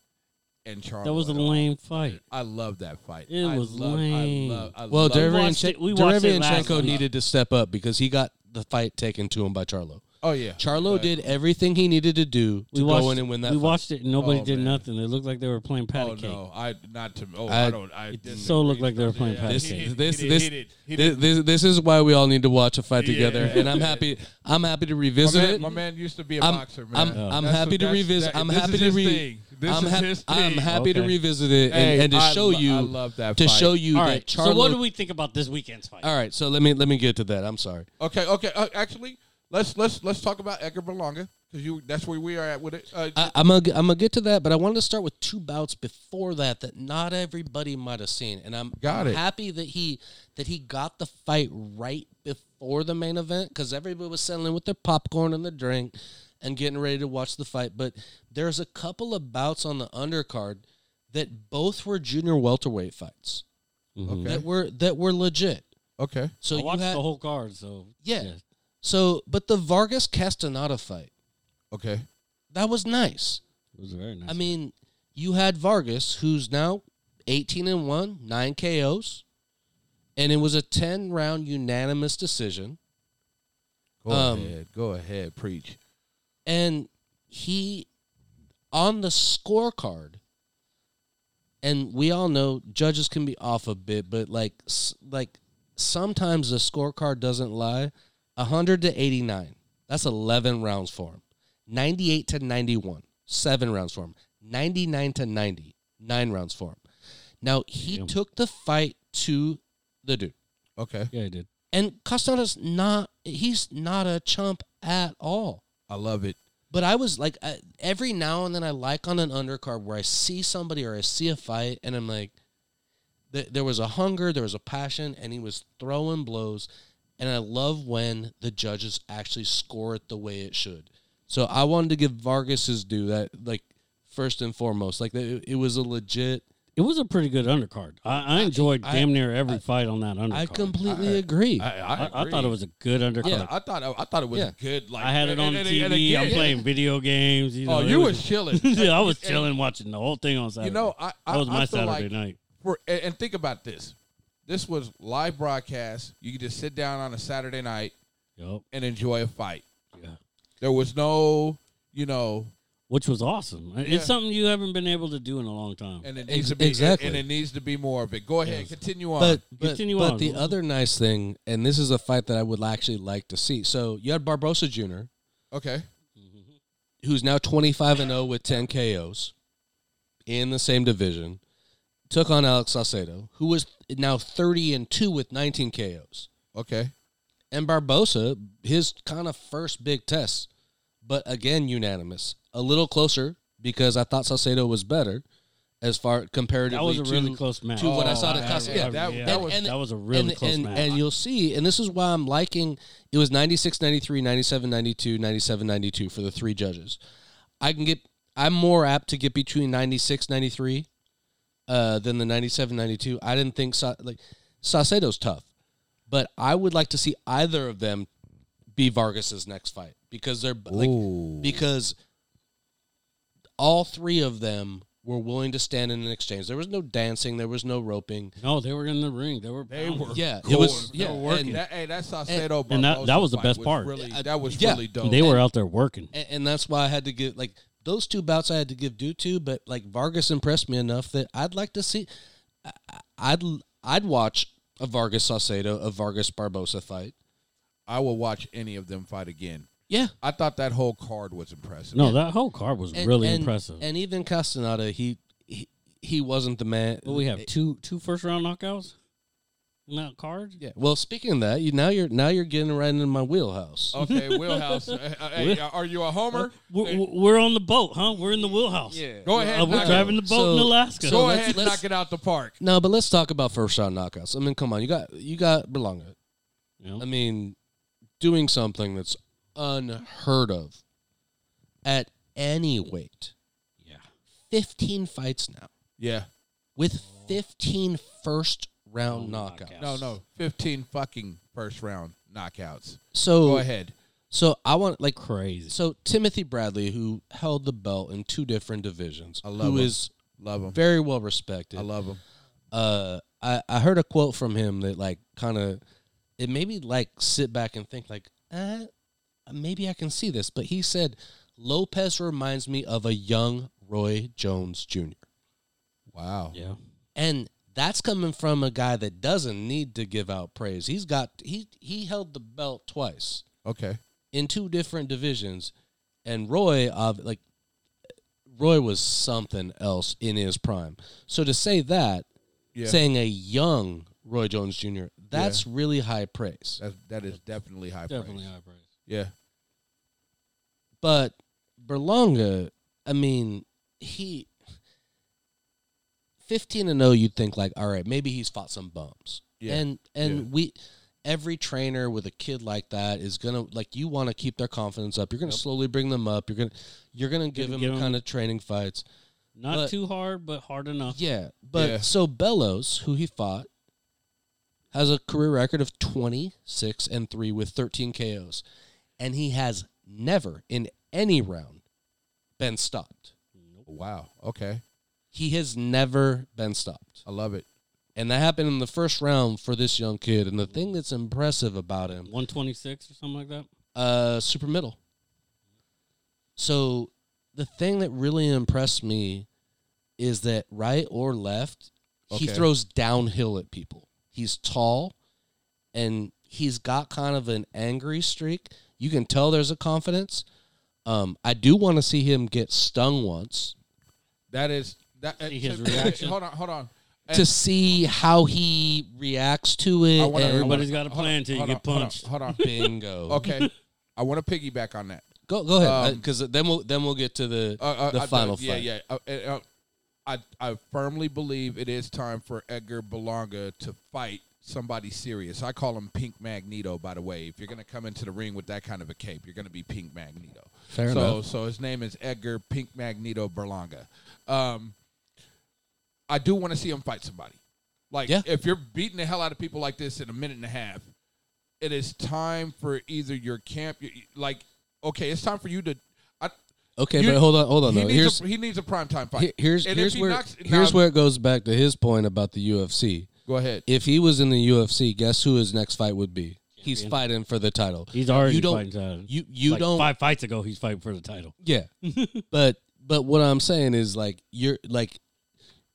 and Charlo. That was a at all. lame fight. I love that fight. It I was love, lame. I love, I Well, love, Derevyan- Derevian watched it- we watched it last week. needed to step up because he got the fight taken to him by Charlo. Oh yeah. Charlo But- did everything he needed to do We to watched, go in and win that. we fight. watched it and nobody Oh, did man. nothing. It looked like they were playing patty Oh cake. no, I not to. Oh, I, I- don't. I It didn't so looked like they were playing Yeah, patty this, cake. this, this, he did, this, he did, he this, this, is why we all need to watch a fight Yeah. together, and I'm happy. I'm happy to My revisit man, it. my man used to be a I'm, boxer, man. I'm, I'm That's- happy to that's- revisit. that- I'm this is happy to his re. thing. This I'm, is hap- his I'm thing. happy to Okay. revisit it and, Hey, and to I show lo- you. I love that to fight. show you All that right. Charlo. So what do we think about this weekend's fight? all right, so let me let me get to that. I'm sorry. Okay, okay. Uh, actually, let's let's let's talk about Edgar Berlanga because you that's where we are at with it. Uh, I, I'm gonna get- I'm gonna get to that, but I wanted to start with two bouts before that that not everybody might have seen, and I'm Got it. happy that he that he got the fight right before the main event because everybody was settling with their popcorn and their drink and getting ready to watch the fight. But there's a couple of bouts on the undercard that both were junior welterweight fights okay, that were that were legit. okay. Mm-hmm. So I you watched had the whole card. So yeah. So but the Vargas Castaneda fight Okay. that was nice. it was very nice. I mean, you had Vargas, who's now 18 and 1, 9 KOs, and it was a 10 round unanimous decision. Go Um, ahead. Go ahead. Preach. And he, on the scorecard, and we all know judges can be off a bit, but like, s- like sometimes the scorecard doesn't lie. 100 to 89, that's 11 rounds for him. 98 to 91, seven rounds for him. 99 to 90, nine rounds for him. Now he Damn. took the fight to the dude. Okay. yeah, I did. And Castaneda's not, he's not a chump at all. I love it. But I was like, I, every now and then I like on an undercard where I see somebody or I see a fight, and I'm like, th- there was a hunger, there was a passion, and he was throwing blows. And I love when the judges actually score it the way it should. So I wanted to give Vargas his due that, like, first and foremost, like, it, it was a legit. It was a pretty good undercard. I, I enjoyed I- damn near every fight on that undercard. I completely agree. I, I, I, I agree. thought it was a good undercard. Yeah, I thought I, I thought it was Yeah. good. Like I had it and- on and- TV. and I'm again- playing video games. You know, [laughs] Oh, it you was- was chilling. [laughs] yeah, I was And- chilling watching the whole thing on Saturday. You know, I I, that was I my feel Saturday like night. for and, and think about this. This was live broadcast. You could just sit down on a Saturday night Yep. and enjoy a fight. Yeah. There was no, you know, Which was awesome. Yeah. It's something you haven't been able to do in a long time. and it Ex- needs to be exactly. and it needs to be more of it. Go ahead, continue on. But, but, Continue but on. the other nice thing, and this is a fight that I would actually like to see. So you had Barbosa Jr., okay, who's now 25 and 0 with 10 KOs in the same division, took on Alex Salcedo, who was now 30 and 2 with 19 KOs. okay, And Barbosa, his kind of first big test, but again unanimous. A little closer because I thought Salcedo was better as far that comparatively was a to- really close match. to what I saw Oh, to I- Casa. I- Yeah, that- yeah. that And- was- that was a really and, close and, match. And you'll see, and this is why I'm liking it was 96, 93, 97, 92, 97, 92 for the three judges. I can get, I'm more apt to get between 96, 93 uh, than the 97, 92. I didn't think, Sa- like, Saucedo's tough, but I would like to see either of them be Vargas's next fight because they're like because all three of them were willing to stand in an exchange. There was no dancing, there was no roping. No, they were in the ring. They were. They were Yeah, it going. was yeah, and, That, hey, that Saucedo And that- that was the oh, Barbosa best fight part. Uh, Really, Yeah, that was yeah. really dope. They were out there working. and and that's why I had to give like those two bouts I had to give due to, but like Vargas impressed me enough that I'd like to see I- I'd I'd watch a Vargas Saucedo, a Vargas Barbosa fight. I will watch any of them fight again. Yeah. I thought that whole card was impressive. No, that whole card was And- really and- impressive. And even Castaneda, he he, he wasn't the man. Eh, But we have two two first round knockouts in that card. Yeah. Well, speaking of that, you now you're now you're getting right in my wheelhouse. [laughs] Okay, wheelhouse. Uh, uh, hey, are you a Uh, homer? We're, we're on the boat, huh? We're in the wheelhouse. Go ahead. Uh, we're knock it- driving the boat So- in Alaska. so Go let's- ahead, let's- knock it out the park. No, but let's talk about first round knockouts. I mean, come on, you got you got Berlanga. Yeah. I mean, doing something that's unheard of at any weight. yeah. Fifteen fights now Yeah. with 15 first round knockouts. knockouts. No, no. 15 fucking first round knockouts. So Go ahead. So I want like Crazy. So Timothy Bradley, who held the belt in two different divisions, I love who him. is Love him. very well respected. I love him. uh, I I heard a quote from him that like kind of it made me like sit back and think like uh, maybe I can see this, but he said Lopez reminds me of a young Roy Jones Jr. Wow. Yeah. and that's coming from a guy that doesn't need to give out praise. He's got he he held the belt twice. Okay. in two different divisions, and Roy, uh, like Roy, was something else in his prime. So to say that, Yeah. saying a young Roy Jones Jr., that's really high praise. That's, that is definitely high Definitely praise. high praise. Yeah. But Berlanga, I mean, he. 15 and 0 you'd think like all right maybe he's fought some bumps Yeah. and and Yeah. we every trainer with a kid like that is gonna like you want to keep their confidence up you're gonna slowly bring them up you're gonna you're gonna give Gonna them give 'em- kind of training fights Not But- too hard, but hard enough. Yeah, but Yeah. so Bellows, who he fought, has a career record of twenty six and three with thirteen KOs, and he has never in any round been stopped. Oh, Wow. Okay. He has never been stopped, I love it. and that happened in the first round for this young kid. And the thing that's impressive about him, One twenty six or something like that. uh, super middle. So the thing that really impressed me is that right or left, he Okay. throws downhill at people. He's tall and he's got kind of an angry streak. You can tell there's a confidence. Um, I do want to see him get stung once That is that. uh, See his to- reaction. Hold on. Hold on. to see how he reacts to it. I wanna- I and- wanna- Everybody's got a hold plan on, till you hold get on, hold on, punched. Hold on. [laughs] bingo. Okay. I want to piggyback on that. Go go ahead, Um, because then we'll then we'll get to the Uh, uh, the I- final yeah, fight. Yeah, Uh, uh, uh, I I firmly believe it is time for Edgar Belonga to fight somebody serious. I call him Pink Magneto. By the way, if you're gonna come into the ring with that kind of a cape, you're gonna be Pink Magneto. Fair so, enough. So his name is Edgar Pink Magneto Berlanga. Um, I do want to see him fight somebody. Like Yeah. if you're beating the hell out of people like this in a minute and a half, it is time for either your camp, y- y- like okay, it's time for you to. I, Okay, You- but hold on, hold on. he though. needs, Here's a, he needs a prime time fight. Here- here's And if here's he where knocks- here's nah, where it goes back to his point about the UFC. Go ahead. If he was in the UFC, guess who his next fight would be? He's fighting for the title. He's already you don't, fighting title. You you Like, don't five fights ago he's fighting for the title. yeah. [laughs] but but what I'm saying is like you're like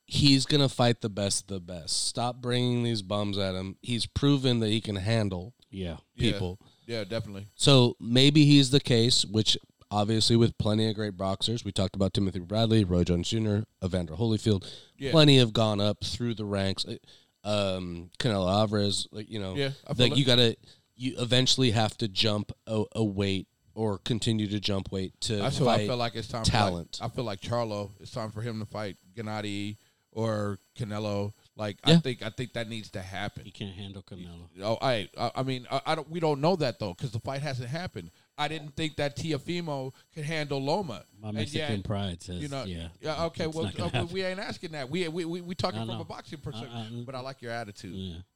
he's gonna fight the best of the best. Stop bringing these bums at him. He's proven that he can handle Yeah. Yeah. people. Yeah, definitely. So maybe he's the case, which obviously with plenty of great boxers, we talked about Timothy Bradley, Roy Jones Jr., Evander Holyfield, Yeah. plenty have gone up through the ranks. Uh, Um, Canelo Alvarez, like you know, Yeah, I feel like it. Oh, you gotta, you eventually have to jump a, a weight or continue to jump weight to That's who fight. I feel like it's time. talent. For like, I feel like Charlo. It's time for him to fight Gennady or Canelo. Like I Yeah. think I think that needs to happen. He can't handle Canelo. Oh, I I, I mean I, I don't. We don't know that though because the fight hasn't happened. I didn't think that Tiafimo could handle Loma. My And Mexican yet, pride says, you know, yeah. yeah. okay, it's well, not gonna okay, happen. we ain't asking that. We we we, we talking I from know. Uh-uh. Mm. a boxing perspective, I- but I like your attitude.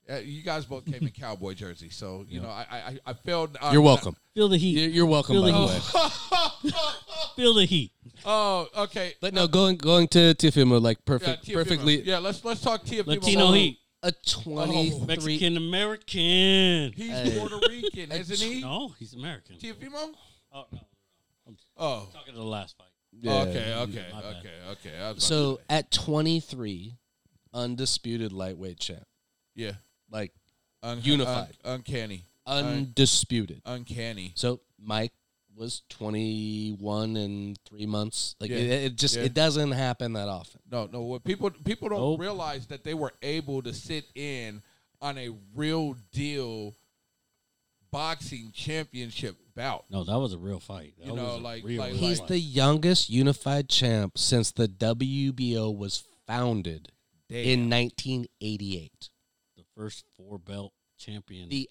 Yeah. Uh, you guys both came in [laughs] cowboy jersey, so you know I I, I- I failed. Uh, You're welcome. Feel the heat. You're you're welcome, by the [laughs] Feeling- way. Feel the heat. Oh, okay. Uh, But no, going going to Tiafimo like Yeah, perfect, Tiafimo. perfectly Yeah, let's let's talk Tiafimo. Oh, Latino So, heat. a twenty three. Mexican American. He's [laughs] Puerto Rican, isn't he? No, he's American. Tiafimo. Oh, no. Oh, Talking to the last fight. okay, okay, my bad. okay, okay. I was about to So say. at twenty three, undisputed lightweight champ, yeah, like Un- Unified. un- uncanny, undisputed. uncanny. So Mike was twenty one in three months. Like Yeah. it, it just Yeah. it doesn't happen that often. No, no. What people people don't Nope. realize that they were able to sit in on a real deal boxing championship bout. No, that was a real fight. That You know, was a like- real like- real He's fight. the youngest unified champ since the WBO was founded in 1988. the first four belt champion. The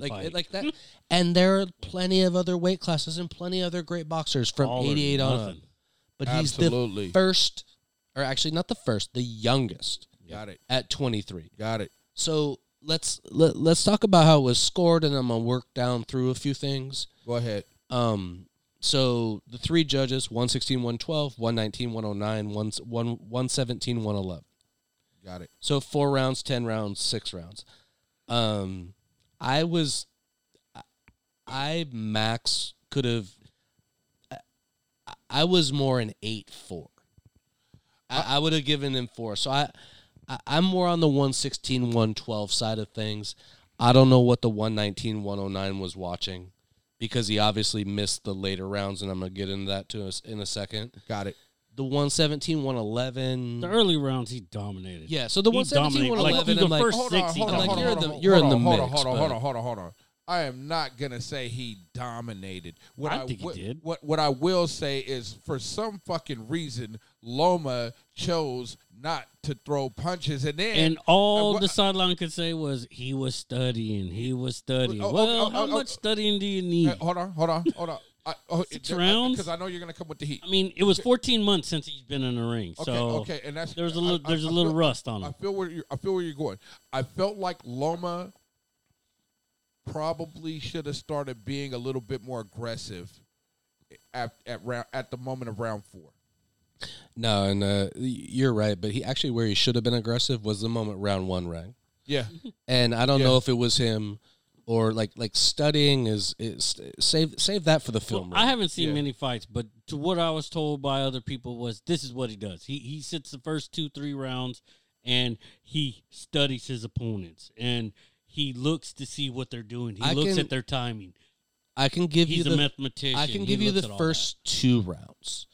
one like, fight. like that. and there are plenty of other weight classes and plenty of other great boxers from All or 88 on. up. nothing. But he's Absolutely. the first, or actually not the first, the youngest Got it. at 23. Got it. So let's let, let's talk about how it was scored, and I'm gonna work down through a few things. Go ahead. Um, so the three judges 116, 112, 119, 109, 1, 117, 111. Got it. So four rounds, 10 rounds, six rounds. Um, I was, I- I max could have, I- I was more an 8 4. I, I would have given him four. So I, I, I'm more on the 116, 112 side of things. I don't know what the 119, 109 was watching because he obviously missed the later rounds, and I'm going to get into that to us in a second. Got it. The 117, 111. The early rounds he dominated. Yeah, so the He 117, dominated, like, 111, the I'm like, first Hold six on. he Hold on. like, dominated. Hold on. you're hold in the- on, hold you're in on, hold the on, mix, Hold on. but- Hold on. Hold on. Hold on. I am not gonna say he dominated. What I I, think he wi- did. What what I will say is, for some fucking reason, Loma chose not to throw punches, and then And all Uh, wha- the sideline could say was he was studying. He was studying. Oh, oh, well, oh, how oh, oh. much studying do you need? Hey, hold on, hold on, hold on. I, oh, Six rounds? because I know you're gonna come with the heat. I mean, it was 14 months since he's been in the ring. Okay, so okay, and that's there's a I- little, I- there's I a little feel- rust on I him. feel where you're, I feel where you're going. I felt like Loma probably should have started being a little bit more aggressive at at round at the moment of round four. No, and uh, y- you're right. But he actually where he should have been aggressive was the moment round one rang, Yeah, and I don't Yeah. know if it was him or like like studying is, is save save that for the film. I haven't seen Yeah. many fights, but to what I was told by other people was this is what he does. He he sits the first two three rounds, and he studies his opponents, and he looks to see what they're doing. He I looks can- at their timing. I can give you He's a the mathematician. I can He give you looks at the all first two rounds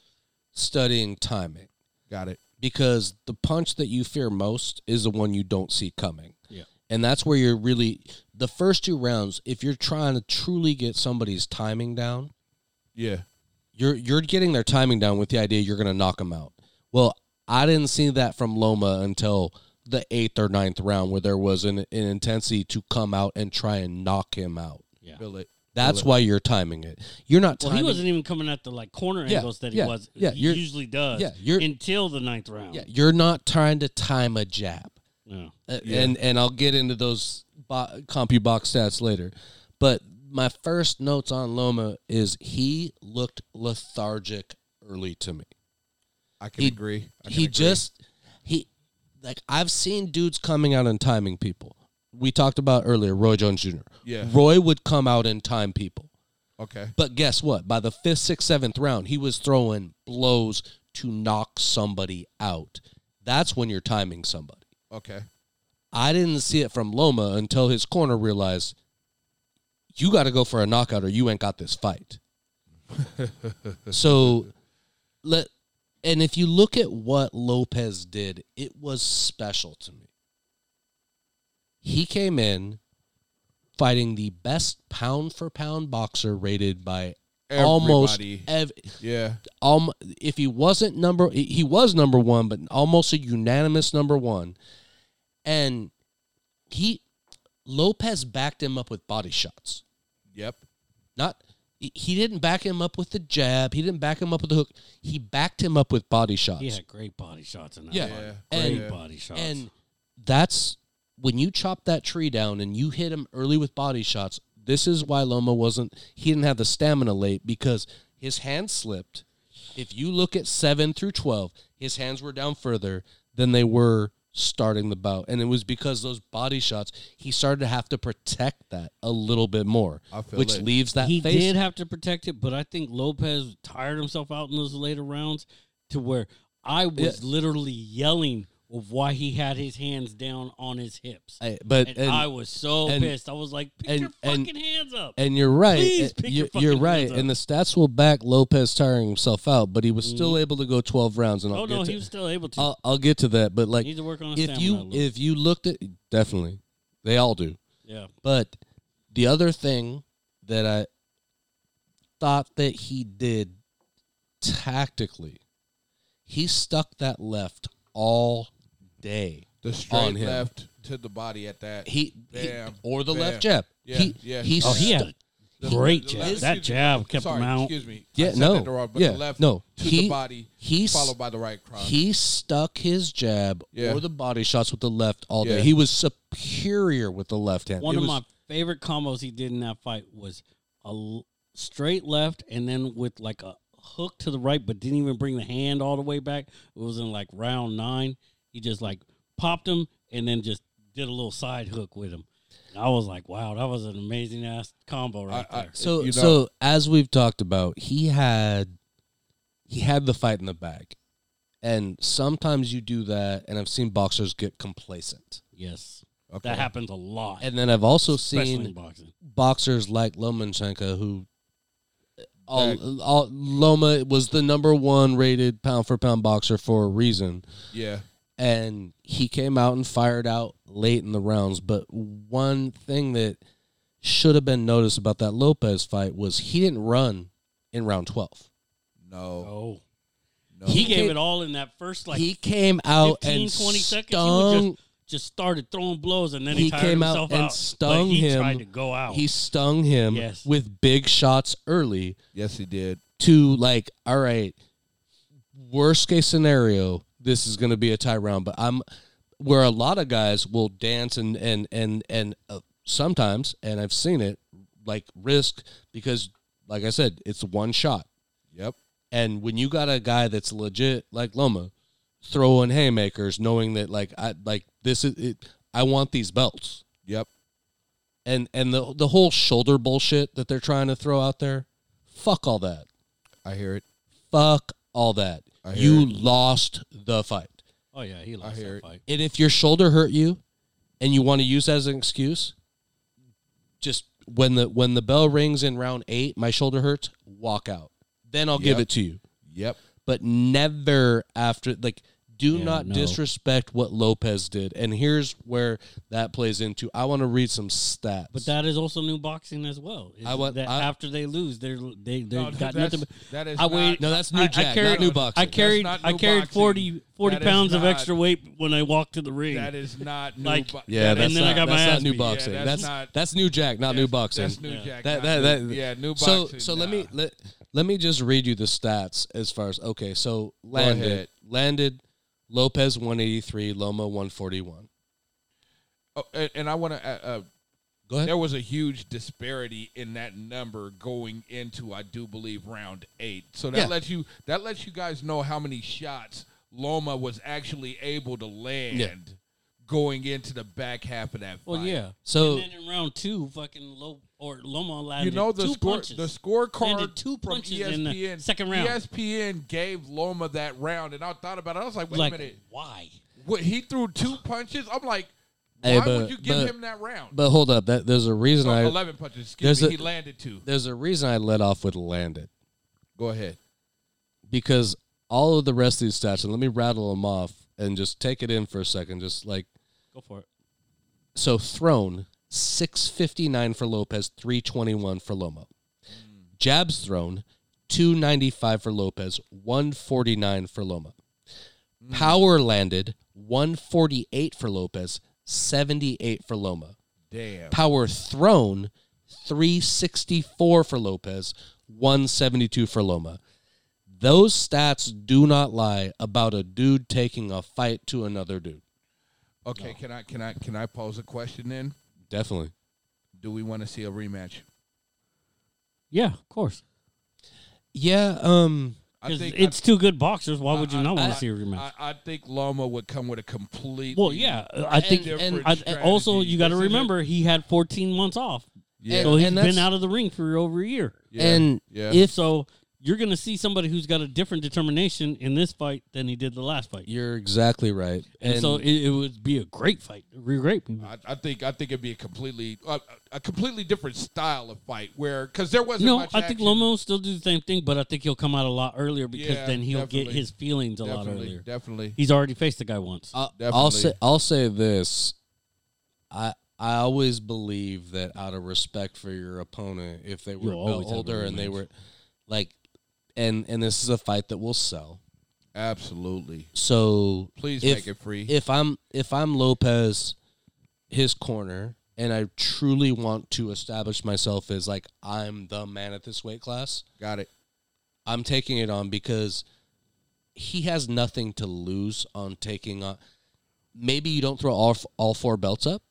studying timing [laughs] got it. because the punch that you fear most is the one you don't see coming. that. Yeah. And that's where you're really the first two rounds. If you're trying to truly get somebody's timing down, Yeah, you're you're getting their timing down with the idea you're going to knock them out. Well, I didn't see that from Loma until the eighth or ninth round, where there was an, an intensity to come out and try and knock him out. Yeah. feel it. That's why you're timing it. You're not Well, timing. he wasn't even coming at the like corner Yeah, angles that he yeah, was. yeah, he you're- usually does. yeah, you're- until the ninth round. yeah, you're not trying to time a jab. Yeah. Uh, and and I'll get into those bo- CompuBox stats later. But my first notes on Loma is he looked lethargic early to me. I can He- agree. I can he agree. just he like I've seen dudes coming out and timing people. We talked about earlier Roy Jones Jr. Yeah. Roy would come out and time people. okay. But guess what? By the fifth, sixth, seventh round, he was throwing blows to knock somebody out. That's when you're timing somebody. Okay. I didn't see it from Loma until his corner realized you got to go for a knockout or you ain't got this fight. so let and if you look at what Lopez did, it was special to me. He came in fighting the best pound for pound boxer rated by almost Everybody. ev- Yeah. um, if he wasn't number, he he was number one, but almost a unanimous number one. And he, Lopez backed him up with body shots. Yep. Not he didn't back him up with the jab. He didn't back him up with the hook. He backed him up with body shots. He had great body shots in that. Yeah. fight. Yeah. Great And- body shots. And that's when you chop that tree down and you hit him early with body shots. This is why Loma wasn't, he didn't have the stamina late because his hands slipped. If you look at seven through 12, his hands were down further than they were starting the bout. And it was because those body shots, he started to have to protect that a little bit more, I feel which it. leaves that he face. did have to protect it, but I think Lopez tired himself out in those later rounds to where I was literally yelling of why he had his hands down on his hips. I- but and, and- I was so and- pissed. I was like, pick and- your and- fucking hands up. And you're right. Please Uh, pick you, your fucking are right. hands up. And the stats will back Lopez tiring himself out, but he was still able to go 12 rounds. And I'll Mm. oh, get no, to, he was still able to. I'll, I'll get to that. But like, Need to work on his if stamina a you little. if you looked at definitely, they all do. yeah. But the other thing that I thought that he did tactically, he stuck that left all day. The On straight him. left to the body at that. He, he- Damn. or the Damn. left jab. Yeah, he, yeah. He Oh, he had The- a great the jab. left- that excuse me. jab kept Sorry, him out. excuse me. I Yeah, said no. that wrong, but yeah, the left no. to he, the body, He followed by the right cross. He stuck his jab Yeah. or the body shots with the left all Yeah. day. He was superior with the left hand. One It of was- my favorite combos he did in that fight was a l- straight left and then with like a hook to the right, but didn't even bring the hand all the way back. It was in like round nine. He just like popped him and then just did a little side hook with him. And I was like, wow, that was an amazing ass combo right I- I- there. so you know- so as we've talked about, he had he had the fight in the bag, and sometimes you do that. And I've seen boxers get complacent, yes, Okay. that happens a lot. and then I've also especially seen in boxing. boxers like Lomachenko who uh, all, all Loma was the number one rated pound for pound boxer for a reason. yeah. and he came out and fired out late in the rounds. But one thing that should have been noticed about that Lopez fight was he didn't run in round 12. No. Oh, No. he He gave came- it all in that first like he came out 15, and 20 stung. seconds, he was just- just started throwing blows and then he, He tired came out himself out, and but stung he him. Tried to go out. he stung him Yes. with big shots early Yes, he did. to like, all right, worst case scenario, this is going to be a tie round. But I'm where a lot of guys will dance and and and and uh, sometimes, and I've seen it, like risk because, like I said, it's one shot. Yep. And when you got a guy that's legit like Loma, throwing haymakers, knowing that like I like this is it, I want these belts, Yep. and and the the whole shoulder bullshit that they're trying to throw out there, fuck all that I hear it. fuck all that. I hear You it. lost the fight. oh yeah, he lost hear that it. fight. And if your shoulder hurt you and you want to use that as an excuse, just when the when the bell rings in round 8, my shoulder hurts, walk out. Then I'll give Yep. it to you. Yep. But never after like do Yeah, not no. disrespect what Lopez did. And here's where that plays into. I want to read some stats. But that is also new boxing as well. Is I want- that I- after they lose, they're they they No, have got that's- nothing. but- that is I weighed- no, that's I- new I jack, carried- not new boxing. I carried not I new carried boxing. 40, 40 That is pounds of not- extra weight when I walked to the ring. That is not new. Like- bo- yeah, that that's is then I not, got my that's not ass new beat. Yeah, boxing. that's that's not- that's new jack, not new boxing. That's new Yeah. jack. that, not that, new- that- yeah, new so, boxing. So let nah. me let let me just read you the stats as far as okay. So landed ahead. landed Lopez one eighty three, Loma one forty one. Oh, and, and I want to. Uh, uh, Go ahead. there was a huge disparity in that number going into, I do believe, round eight. So that Yeah. lets you that lets you guys know how many shots Loma was actually able to land going into the back half of that. well, fight. yeah. So and then in round two, fucking low or Loma landed You know the two score punches. the scorecard Landed two from E punches ESPN, in the second round. ESPN gave Loma that round, and I thought about it. I was like, wait like a minute, why? what, he threw two punches. I'm like, why Hey, would but- you give but- him that round? but hold up, that there's a reason Oh, I Eleven punches. Excuse there's me. a- he landed two. there's a reason I let off with landed Go ahead. because all of the rest of these stats and let me rattle them off and just take it in for a second. Just like Go for it. so thrown 659 for Lopez, 321 for Loma. Jabs thrown 295 for Lopez, 149 for Loma. Power landed 148 for Lopez, 78 for Loma. Damn. Power thrown 364 for Lopez, 172 for Loma. Those stats do not lie about a dude taking a fight to another dude. Okay, can I can I can I pose a question then? Definitely. Do we want to see a rematch? Yeah, of course. Yeah, um I 'Cause think it's two good boxers. Why would you I- not want I- to see a rematch? I, I think Loma would come with a complete. well, yeah, uh, I think. different and- I, and also, strategy. you got to This is a- remember he had 14 months off, Yeah. so he's And been that's- out of the ring for over a year. yeah, and yeah. If so, you're going to see somebody who's got a different determination in this fight than he did the last fight. you're exactly right. And, so it, it would be a great fight, a great. I, I think I think it'd be a completely a, a completely different style of fight where because there wasn't No, I much think action. Lomo will still do the same thing, but I think he'll come out a lot earlier because Yeah, then he'll get definitely. his feelings a lot definitely earlier. definitely He's already faced the guy once. I'll, Definitely. I'll say I'll say this. I I always believe that out of respect for your opponent, if they were You'll always have a older and they rematch. were like, and and this is a fight that will sell. absolutely So please if, make it free If I'm if I'm Lopez, his corner, and I truly want to establish myself as like I'm the man at this weight class, got it I'm taking it on because he has nothing to lose on taking on. Maybe you don't throw all f- all four belts up.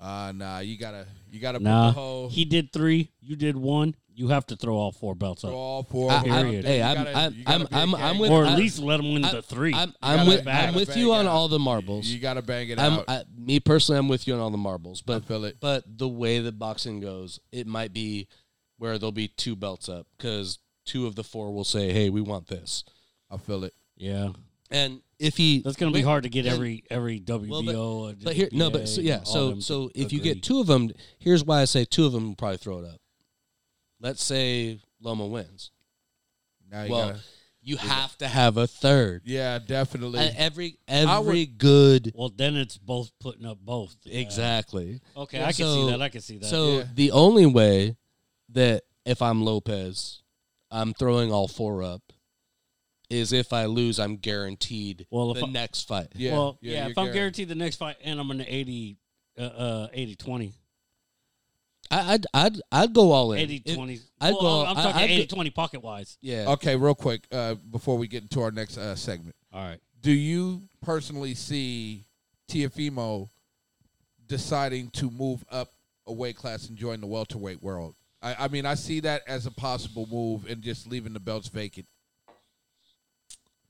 uh nah you gotta you gotta put the nah, whole he did three, you did one. You have to throw all four belts up, all four I- of them I'm- out there. hey, You I'm- gotta- I'm- you gotta be I'm- a I'm- I'm gang. with- or at I- least let him win I- the three. I'm gotta I'm with bang- I'm with bang you on out. all the marbles. you gotta bang it I'm out I, me personally. I'm with you on all the marbles, but feel it. but the way that boxing goes, it might be where there'll be two belts up because two of the four will say, "Hey, we want this." I feel it yeah, And if he that's gonna be wait, hard to get and- every every WBO. Well, but- or But here, no, but so, WBA, yeah, all of so them so to if you agree. get two of them, here's why I say two of them will probably throw it up. Let's say Loma wins. now you well, gotta you have to have a third. yeah definitely And every every good well, then it's both putting up both. Yeah. exactly. Okay, I can So- see that. I can see that. So Yeah. the only way that if I'm Lopez, I'm throwing all four up is if I lose, I'm guaranteed Well, if the I- next fight. yeah well, yeah, you're if I'm guaranteed. guaranteed the next fight and I'm in the 80, uh, uh, 80 20, I, I'd I'd I'd go all in. 80 If- 20. I'd well, go- I'm I- talking I'd go- 80 20 pocket wise. yeah. okay real quick uh before we get into our next uh segment All right. do you personally see Tiafimo deciding to move up a weight class and join the welterweight world? I, I mean, I see that as a possible move and just leaving the belts vacant.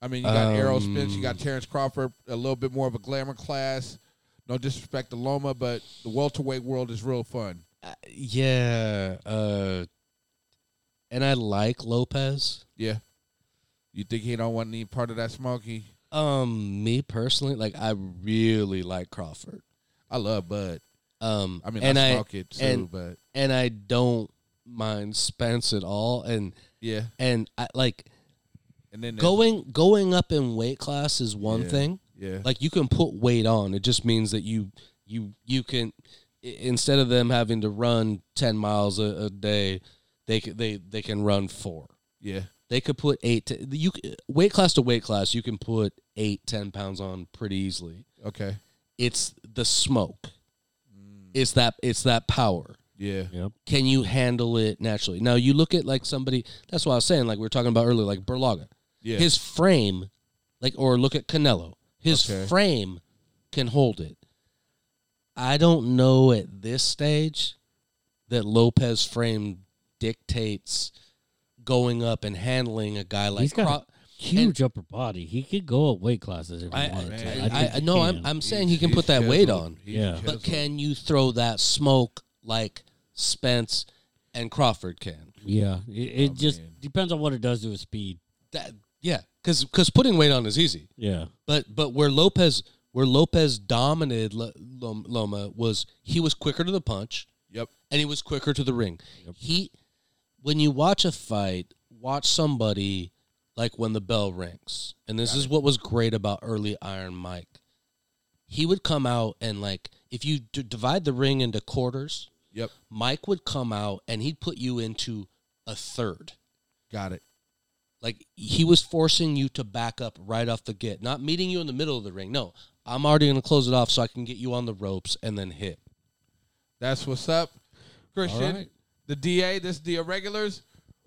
I mean, you got Errol Spence, you got Terrence Crawford, a little bit more of a glamour class. No disrespect to Loma, but the welterweight world is real fun. Yeah, uh, and I like Lopez. Yeah. You think he don't want any part of that smoky? Um, me personally, like I really like Crawford. I love Bud. Um, I mean, and I I, smoke it too, and- but and I don't mind Spence at all. And yeah. and I like And then there's- going going up in weight class is one Yeah. thing. Yeah. Like you can put weight on. It just means that you you you can i- instead of them having to run ten miles a, a day, they c- they they can run four. yeah. they could put eight to you c- weight class to weight class you can put eight ten pounds on pretty easily Okay. Mm, it's the smoke it's that it's that power Yeah. can you handle it naturally now you look at like somebody that's what i was saying like we were talking about earlier like berlaga Yeah. his frame like or look at canelo his Okay. frame can hold it i don't know at this stage that lopez frame dictates going up and handling a guy like He's got Cro- Huge upper body. He could go up weight classes if he I, wanted to. I, think I, I he no, I'm, can. I'm saying He's- he can he's put that weight chiseled. on. He's Yeah. But chiseled. But can you throw that smoke like Spence and Crawford can? yeah, it, Oh, it just depends on what it does to his speed. That yeah, because putting weight on is easy. Yeah. But but where Lopez where Lopez dominated Lo- Lo- Loma was he was quicker to the punch Yep. and he was quicker to the ring. He when you watch a fight, watch somebody like when the bell rings. And this is what was great about early Iron Mike. He would come out and like if you d- divide the ring into quarters, Yep. Mike would come out and he'd put you into a third. Got it. Like he was forcing you to back up right off the get, not meeting you in the middle of the ring. No, I'm already going to close it off so I can get you on the ropes and then hit. That's what's up. Christian, right. the DA, this is the irregulars.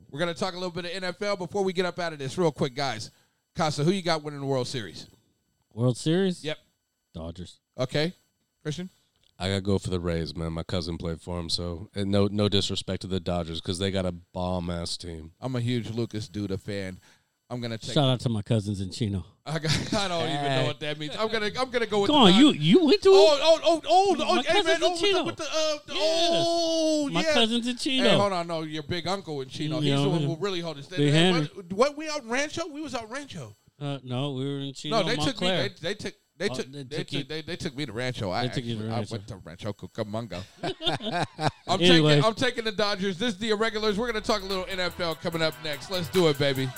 We're gonna talk a little bit of NFL before we get up out of this, real quick, guys. Casa, who you got winning the World Series? World Series? Yep. Dodgers. Okay, Christian. I gotta go for the Rays, man. My cousin played for them, so and no no disrespect to the Dodgers because they got a bomb ass team. I'm a huge Lucas Duda fan. I'm gonna take. Shout out to my cousins in Chino. [laughs] I, got, I don't even know what that means. I'm gonna. I'm gonna go with. the Go on, Dodgers. you you went to Oh, oh, oh, oh, My oh hey, cousin's man, in oh, with the, Chino. with the, uh, the- Yes. oh, my yeah. cousins in Chino. Hey, hold on, no, your big uncle in Chino. He's Yeah, the one yeah. who really hold it. Big Hey, Henry. what, what, we out Rancho? We was out Rancho. Uh, no, we were in Chino. No, they took me. Montclair. They, they took. They Oh, took. they, they took took you- they, they took me to Rancho. I, They took you to actually- Rancho. I went to Rancho Cucamonga. [laughs] I'm Anyway. taking. I'm taking the Dodgers. This is the Irregulars. We're gonna talk a little NFL coming up next. Let's do it, baby.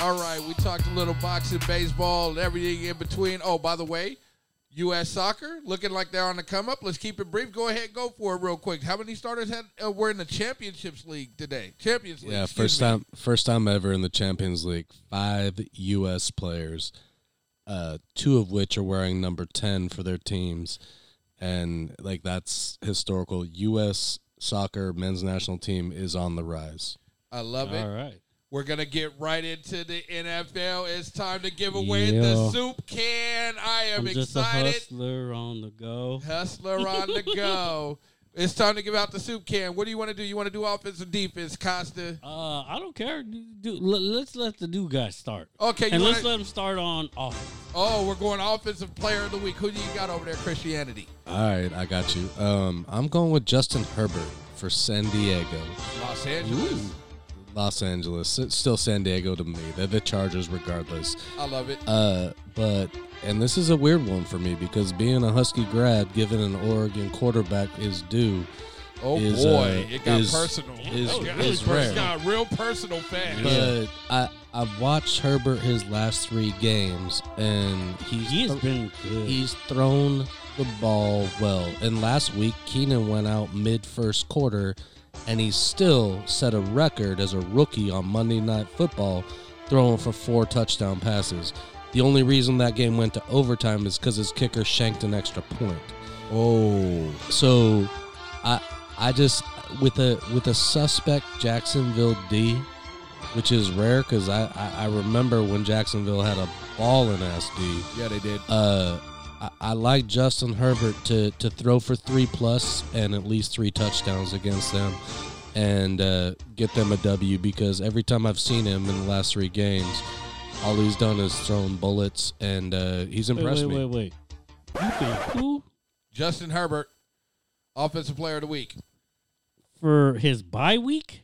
All right, we talked a little boxing, baseball, and everything in between. Oh, by the way, U.S. soccer looking like they're on the come up. Let's keep it brief. Go ahead, go for it real quick. How many starters had uh, were in the Championships League today? Champions League. Yeah, excuse first me. time first time ever in the Champions League, five U.S. players, uh, two of which are wearing number ten for their teams, and like that's historical. U.S. soccer men's national team is on the rise. I love it. All right. We're gonna get right into the NFL. It's time to give away the Yeah. soup can. I am I'm just a excited. hustler on the go. [laughs] Hustler on the go. It's time to give out the soup can. What do you want to do? You want to do offense or defense, Costa? Uh, I don't care. Do, do, let, let's let the new guys start. Okay, you and want let's let them start on offense. Oh, we're going offensive player of the week. Who do you got over there, Christianity? All right, I got you. Um, I'm going with Justin Herbert for San Diego. Los Angeles. Los Angeles, It's still San Diego to me. They're the Chargers, regardless. I love it. Uh, but and this is a weird one for me because being a Husky grad, given an Oregon quarterback is due, Oh is, boy, uh, it got is- personal. is- it got really is personal. rare. It got real personal fast. but I I've watched Herbert his last three games and he's He has thro- been good. he's thrown the ball well. And last week Keenan went out mid first quarter, and he still set a record as a rookie on Monday Night Football, throwing for four touchdown passes. The only reason that game went to overtime is because his kicker shanked an extra point. Oh, So, I I just with a with a suspect Jacksonville D, which is rare because I, I I remember when Jacksonville had a ball in SD. yeah, they did. Uh, I, I like Justin Herbert to to throw for three plus and at least three touchdowns against them, and uh, get them a W because every time I've seen him in the last three games, all he's done is thrown bullets and uh, he's wait, impressed wait, me. wait, wait. You think who Justin Herbert, offensive player of the week. for his bye week?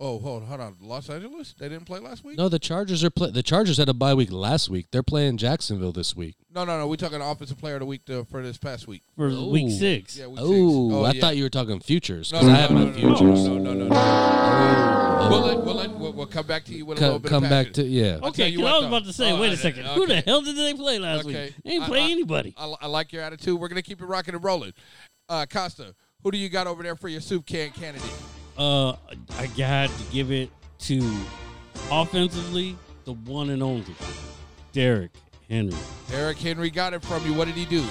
Oh, hold, hold on. Los Angeles? They didn't play last week? No, the Chargers are play- the Chargers had a bye week last week. They're playing Jacksonville this week. No, no, no. We're talking offensive player of the week to, for this past week. For Oh. week six. Yeah, week six. Oh, I yeah. thought you were talking futures No, 'cause no, I have no, my no, no, futures. No, no, no, no. Oh. We'll, let, we'll, let, we'll, we'll come back to you with a Co- little bit come of back passion. to yeah. I'll Okay, tell you 'cause what, I was though. about to say, Oh, wait I- a second. Who okay. the hell did they play last Okay. week? They didn't I- play I- anybody. I, I like your attitude. We're gonna keep it rocking and rolling. Uh, Costa, who do you got over there for your soup can candidate? Uh, I got to give it to offensively the one and only Derrick Henry. Derrick Henry got it from you. What did he do?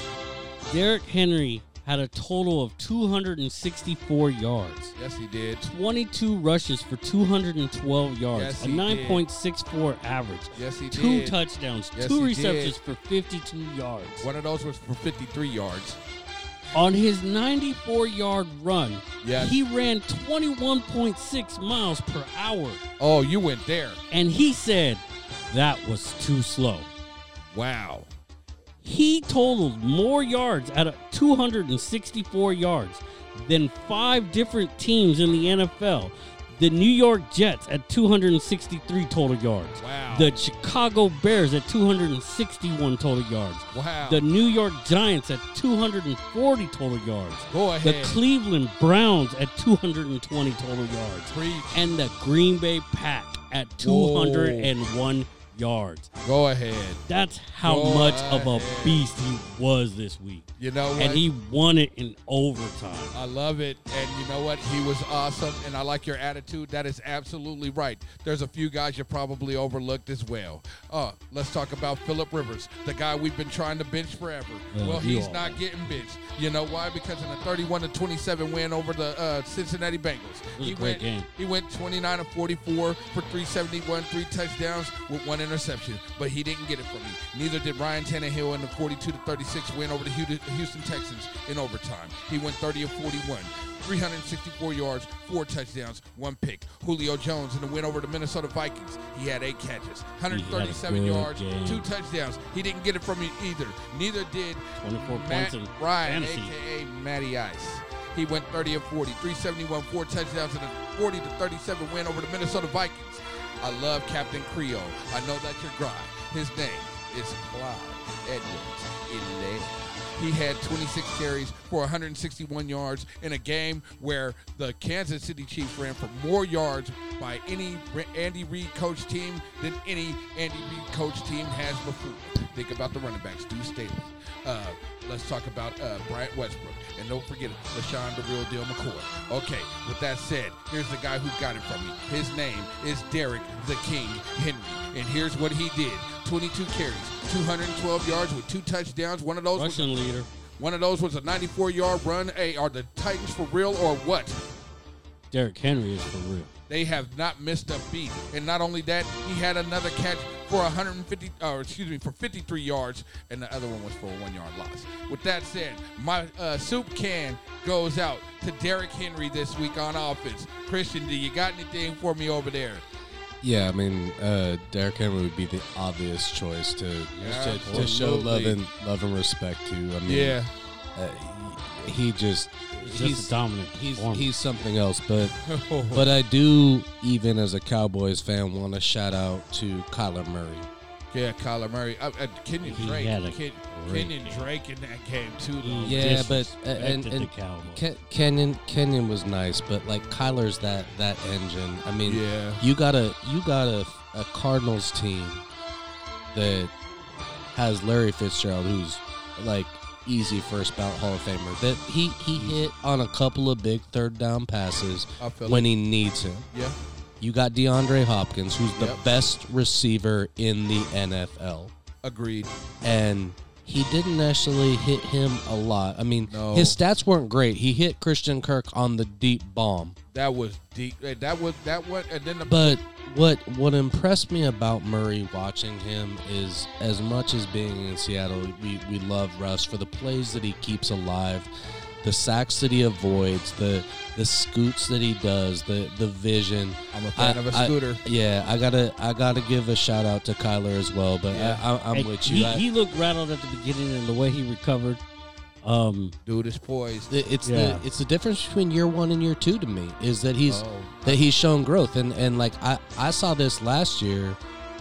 Derrick Henry had a total of 264 yards, Yes, he did. 22 rushes for 212 yards, Yes, a he did. 9.64 average, Yes, he two did. touchdowns, Yes, two he did. receptions for 52 yards. One of those was for 53 yards. On his 94 yard run, Yes. he ran 21.6 miles per hour. Oh, you went there. And he said that was too slow. Wow. He totaled more yards at a- 264 yards than five different teams in the NFL. The New York Jets at 263 total yards. Wow. The Chicago Bears at 261 total yards. Wow. The New York Giants at 240 total yards. Go The ahead. Cleveland Browns at 220 total yards. Preach. And the Green Bay Pack at 201 yards. Go ahead. That's how Go much of a ahead. beast he was this week. You know what? And he won it in overtime. I love it. And you know what? He was awesome. And I like your attitude. That is absolutely right. There's a few guys you probably overlooked as well. Uh, let's talk about Philip Rivers, the guy we've been trying to bench forever. Yeah, well, you he's are. not getting benched. You know why? Because in a 31 to 27 win over the uh, Cincinnati Bengals, was a he great went game. he went 29 of 44 for 371, three touchdowns with one interception, but he didn't get it from me. Neither did Ryan Tannehill in the 42 to 36 win over the Hu- Houston Texans in overtime. He went 30 of 41, 364 yards, four touchdowns, one pick. Julio Jones in the win over the Minnesota Vikings, he had eight catches, 137 He had a good yards, game. two touchdowns. He didn't get it from me either. Neither did 24 Matt points in Ryan, fantasy. aka Matty Ice. He went 30 of 40, 371, four touchdowns, and a 40 to 37 win over the Minnesota Vikings. I love Captain Creole. I know that's your grind. His name is Clyde Edwards. Ele. He had 26 carries for 161 yards in a game where the Kansas City Chiefs ran for more yards by any Andy Reid coach team than any Andy Reid coach team has before. Think about the running backs, Deuce Staley, uh, let's talk about uh, Bryant Westbrook. And don't forget it, LaShawn the real deal McCoy. Okay, with that said, here's the guy who got it from me. His name is Derek the King Henry. And here's what he did 22 carries, 212 yards with two touchdowns. One of those was, Russian leader. one of those was a 94 yard run. Hey, are the Titans for real or what? Derrick Henry is for real. They have not missed a beat. And not only that, he had another catch for 150, or uh, excuse me, for 53 yards, and the other one was for a one-yard loss. With that said, my uh, soup can goes out to Derrick Henry this week on offense. Christian, do you got anything for me over there? Yeah, I mean, uh, Derrick Henry would be the obvious choice to to, to show love Absolutely. and love and respect to. I mean, uh, he, he just He's just a he's dominant. he's performer. he's something else. But but I do even as a Cowboys fan want to shout out to Kyler Murray. [laughs] yeah, Kyler Murray, uh, uh, Kenyon He Drake, had a Ken, great Kenyon game. Drake in that game too. Though. He Yeah, but- uh, disrespected and- the and- Cowboys. Ken, Kenyon Kenyon was nice, but like Kyler's that that engine. I mean, Yeah, you got a you got a, a Cardinals team that has Larry Fitzgerald, who's like easy first ballot Hall of Famer. That he he hit on a couple of big third down passes I feel when he needs him. it. Yeah, You got DeAndre Hopkins, who's the Yep. best receiver in the NFL, agreed. and he didn't actually hit him a lot. I mean, No. his stats weren't great. He hit Christian Kirk on the deep bomb. That was deep. eh, That was that was, and then the But what what impressed me about Murray watching him is as much as being in Seattle, we, we love Russ for the plays that he keeps alive, the sacks that he avoids, the the scoots that he does, the the vision. I'm a fan I- of a I- scooter. yeah, I gotta I gotta give a shout out to Kyler as well. But Yeah. I, I, I'm Hey, with you. He, I- he looked rattled at the beginning, and the way he recovered. Um, Dude is poised. It- it's Yeah. the it's the difference between year one and year two to me is that he's Oh. that he's shown growth and and like I I saw this last year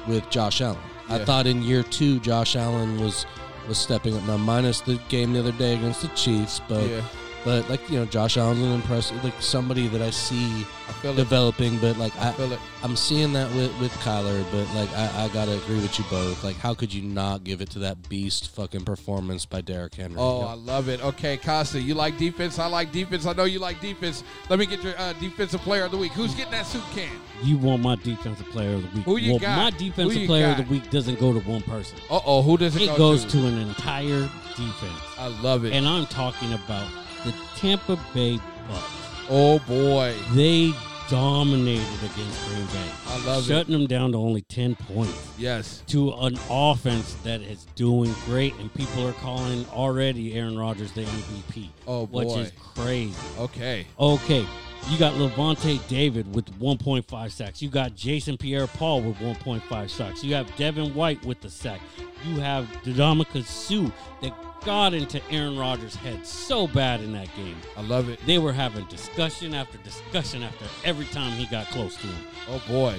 with Josh Allen. I Yeah. thought in year two Josh Allen was was stepping up now minus the game the other day against the Chiefs, uh, but Oh, Yeah, but like you know Josh Allen's an impressive like somebody that I see I feel it. developing, but like I, I feel it. I'm seeing that with with Kyler, but like I, I gotta agree with you both. Like how could you not give it to that beast fucking performance by Derrick Henry? Oh, I love it. Okay, Costa, you like defense. I like defense. I know you like defense. Let me get your uh, defensive player of the week. Who's getting that soup can? you want my defensive player of the week? Who you well, got? my Who defensive you player got? of the week doesn't go to one person. Uh oh, who does it, It go goes to? to an entire defense, I love it. and I'm talking about the Tampa Bay Bucks. oh boy, They dominated against Green Bay. I love it. Shutting them down to only 10 points Yes. to an offense that is doing great, and people are calling already Aaron Rodgers the MVP. Oh, Which boy. is crazy. Okay. Okay. You got Levante David with 1.5 sacks. You got Jason Pierre Paul with 1.5 sacks. You have Devin White with the sack. You have Dodamika Sue that got into Aaron Rodgers' head so bad in that game. I love it. They were having discussion after discussion after every time he got close to him. Oh boy.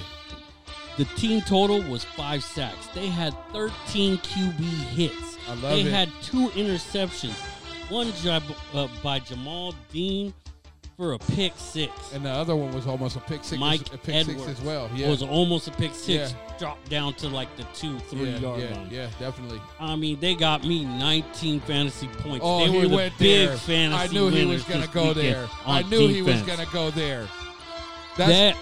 The team total was five sacks. They had 13 QB hits. I love they it. had two interceptions, one job, uh, by Jamal Dean for a pick six. And the other one was almost a pick six. Mike a pick Edwards six as well. Yeah. was almost a pick six, dropped down to like the two, three yeah, yard yeah, line. yeah, definitely. I mean, they got me 19 fantasy points. Oh, they he were the went big there. fantasy I knew he was winners gonna this go weekend there. on I knew he was defense. gonna go there. That's That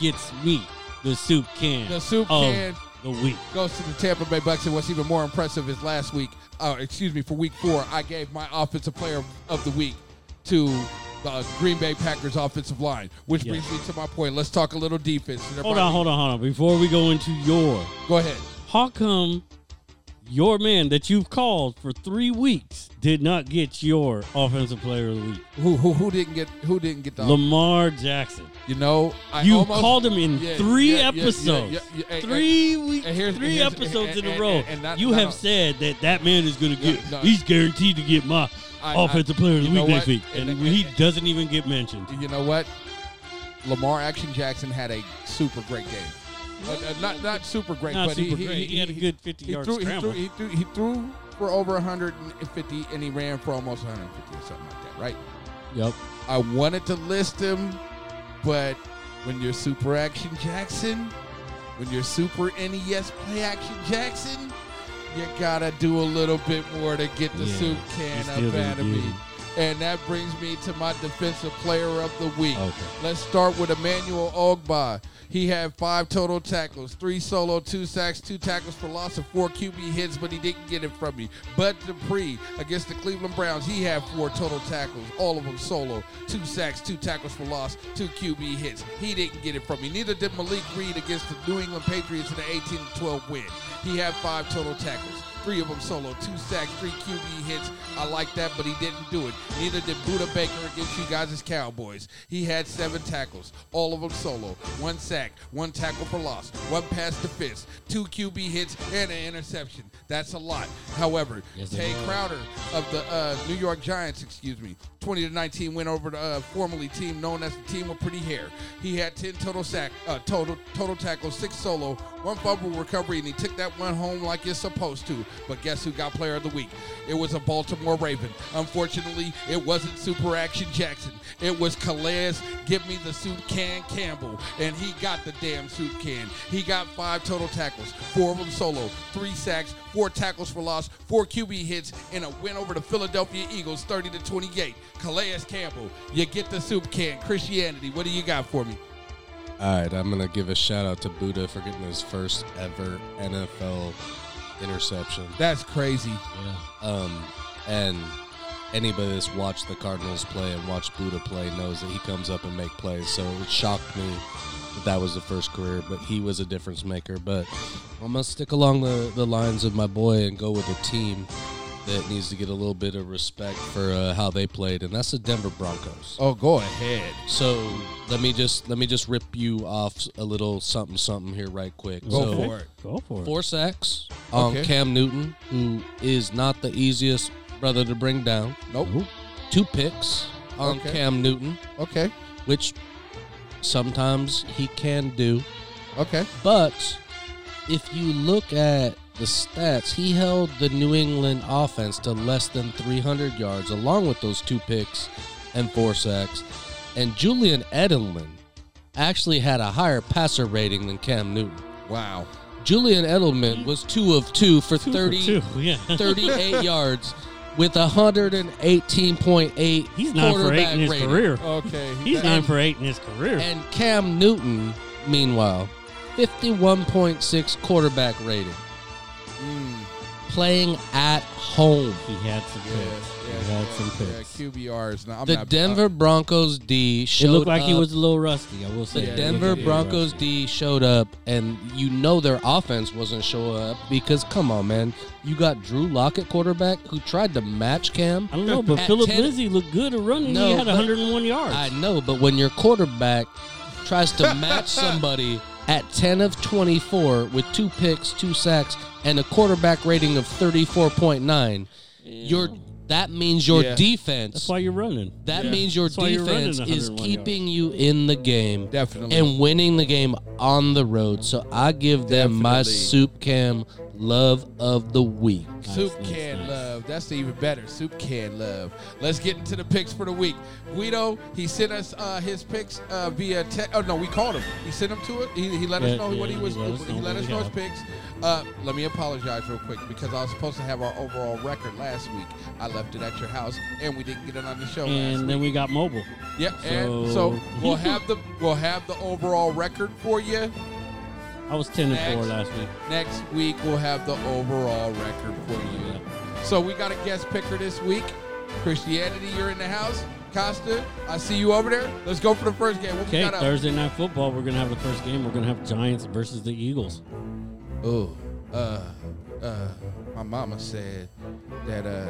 gets me the soup can. The soup of can. the week. goes to the Tampa Bay Bucks, and what's even more impressive is last week, uh, excuse me, for week four, I gave my offensive player of the week to the Green Bay Packers offensive line, which Yeah. brings me to my point. Let's talk a little defense. Hold on, hold on, hold on. Before we go into your, Go ahead. how come your man that you've called for three weeks did not get your offensive player of the week, Who who who didn't get who didn't get the Lamar Jackson? you know I you almost, called him in Yeah, three yeah, yeah, yeah, episodes, yeah, yeah, hey, three weeks, and here's- and three here's- episodes and- in a and- row. and- and not- you no, have no. said that that man is going to No, get. no. He's guaranteed to get my I- I- offensive player of the you week know next what? week, And- and, and- he and- doesn't even get mentioned. You know what? Lamar Action Jackson had a super great game. Uh, uh, not not super great, Not but super he, great. He, He had a good 50 he yard threw, he scramble. threw, he threw he threw for over 150 and he ran for almost 150 or something like that, right? Yep. I wanted to list him, but when you're Super Action Jackson, when you're Super NES Play Action Jackson, you gotta do a little bit more to get the Yeah, soup you can still up didn't out of get me. him. And that brings me to my defensive player of the week. Okay. Let's start with Emmanuel Ogba. He had five total tackles, three solo, two sacks, two tackles for loss, and four QB hits, but he didn't get it from me. But Dupree against the Cleveland Browns, he had four total tackles, all of them solo, two sacks, two tackles for loss, two QB hits. He didn't get it from me. Neither did Malik Reed against the New England Patriots in the 18-12 win. He had five total tackles, three of them solo, two sacks, three QB hits. I like that, but he didn't do it. Neither did Buda Baker against you guys' Cowboys. He had seven tackles, all of them solo, one sack, one tackle for loss, one pass defense, two QB hits, and an interception. That's a lot. However, Yes, it Tay is. Crowder of the uh, New York Giants, excuse me, 20 to 19 went over the uh, formerly team known as the team with pretty hair. He had 10 total sack, uh, total total tackles, six solo, one fumble recovery, and he took that one home like it's supposed to. But guess who got Player of the Week? It was a Baltimore Raven. Unfortunately, it wasn't Super Action Jackson. It was Calais. Give me the soup can Campbell, and he got the damn soup can. He got five total tackles, four of them solo, three sacks, four tackles for loss, four QB hits, and a win over the Philadelphia Eagles, 30 to 28. Calais Campbell, you get the soup can. Christianity, what do you got for me? All right, I'm gonna give a shout out to Buddha for getting his first ever NFL interception. That's crazy. Yeah. Um, and anybody that's watched the Cardinals play and watched Buddha play knows that he comes up and make plays. So it shocked me that that was the first career, but he was a difference maker. But I'm gonna stick along the, the lines of my boy and go with a team that needs to get a little bit of respect for uh, how they played, and that's the Denver Broncos. Oh, go ahead. So let me just let me just rip you off a little something something here right quick. Go so, for it. Go for it. four sacks on Okay. Cam Newton, who is not the easiest brother to bring down. Nope. Ooh. Two picks on Okay. Cam Newton, Okay. which sometimes he can do. Okay. But if you look at the stats, he held the New England offense to less than 300 yards, along with those two picks and four sacks. And Julian Edelman actually had a higher passer rating than Cam Newton. Wow. Julian Edelman was two of two for Two for 30, [laughs] two. Yeah. 38 yards with 118.8 He's nine for eight quarterback in his rating. career. [laughs] Okay. He's nine for eight in his career. And Cam Newton, Hmm. meanwhile, 51.6 quarterback rating. playing at home. He had some Yeah, picks. yeah, he had some yeah, picks. QBR is not. I'm the not- Denver Broncos D it showed looked like he up- was a little rusty. I will say. The It looked Denver like he was Broncos rusty. D showed up, and you know their offense wasn't showing up because, come on, man. You got Drew Lockett, quarterback, who tried to match Cam. I don't know, but At Philip 10 Lindsay looked good at running. No, he had but- 101 yards. I know, but when your quarterback tries to [laughs] match somebody at 10 of 24 with two picks, two sacks, and a quarterback rating of 34.9, your that means your Yeah. defense. That's why you're running. That means your That's why you're running defense is 101 keeping you in the game. Definitely. and winning the game on the road. So I give them my Definitely. Soup Cam love of the week. Soup Nice, nice, can nice. love. That's even better. Soup can love. Let's get into the picks for the week. Guido, he sent us uh, his picks uh, via text. Oh no, we called him. He sent them to us. He, he let Yeah, us know yeah, what he he was. let us he know let what us he know his had. picks. Uh, let me apologize real quick because I was supposed to have our overall record last week. I left it at your house and we didn't get it on the show. last And uh, week. then we got mobile. Yep. and so So- we'll [laughs] have the we'll have the overall record for you I was 10 and 4 Next. last week. next week. We'll have the overall record for you. So we got a guest picker this week. Christianity, you're in the house. Costa, I see you over there. Let's go for the first game. What we Okay, got up? Thursday night football. We're gonna have the first game. We're gonna have Giants versus the Eagles. Oh, uh, uh, my mama said that uh,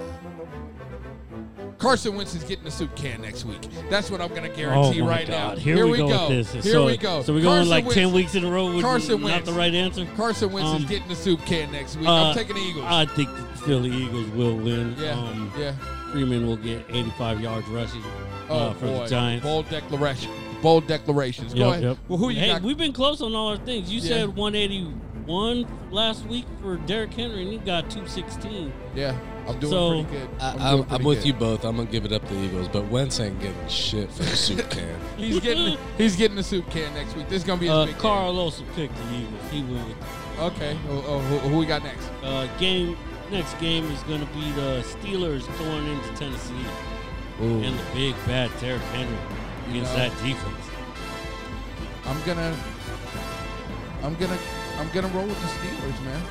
Carson Wentz is getting the soup can next week. That's what I'm gonna guarantee Oh my right God. now. Here, we, go. With this. Here so, we go. So we're going Carson like ten Wentz- weeks in a row with Carson not Wentz. the right answer. Carson Wentz Um, is getting the soup can next week. Uh, I'm taking the Eagles. I think the Philly Eagles will win. yeah, Um, yeah. Freeman will get 85 yards rushing Oh uh, for boy, the Giants. bold declaration. Bold declarations. Go Yep, ahead. yep. Well, who you hey, got? we've been close on all our things. You Yeah. said 181 last week for Derrick Henry, and he got 216. yeah, I'm doing So, pretty good. I, doing I'm, I'm, pretty with good. you both. I'm gonna give it up the Eagles, but Wentz ain't getting shit for the Soup Cam. He's getting he's getting the soup can next week. This is gonna be his Uh, big game. Carl also picked the Eagles. He went with Okay, oh, oh, who, who we got next? uh, game. Next game is going to be the Steelers going into Tennessee [laughs] and the big bad Derrick Henry You against know. that defense. I'm gonna, I'm gonna, I'm gonna roll with the Steelers, man.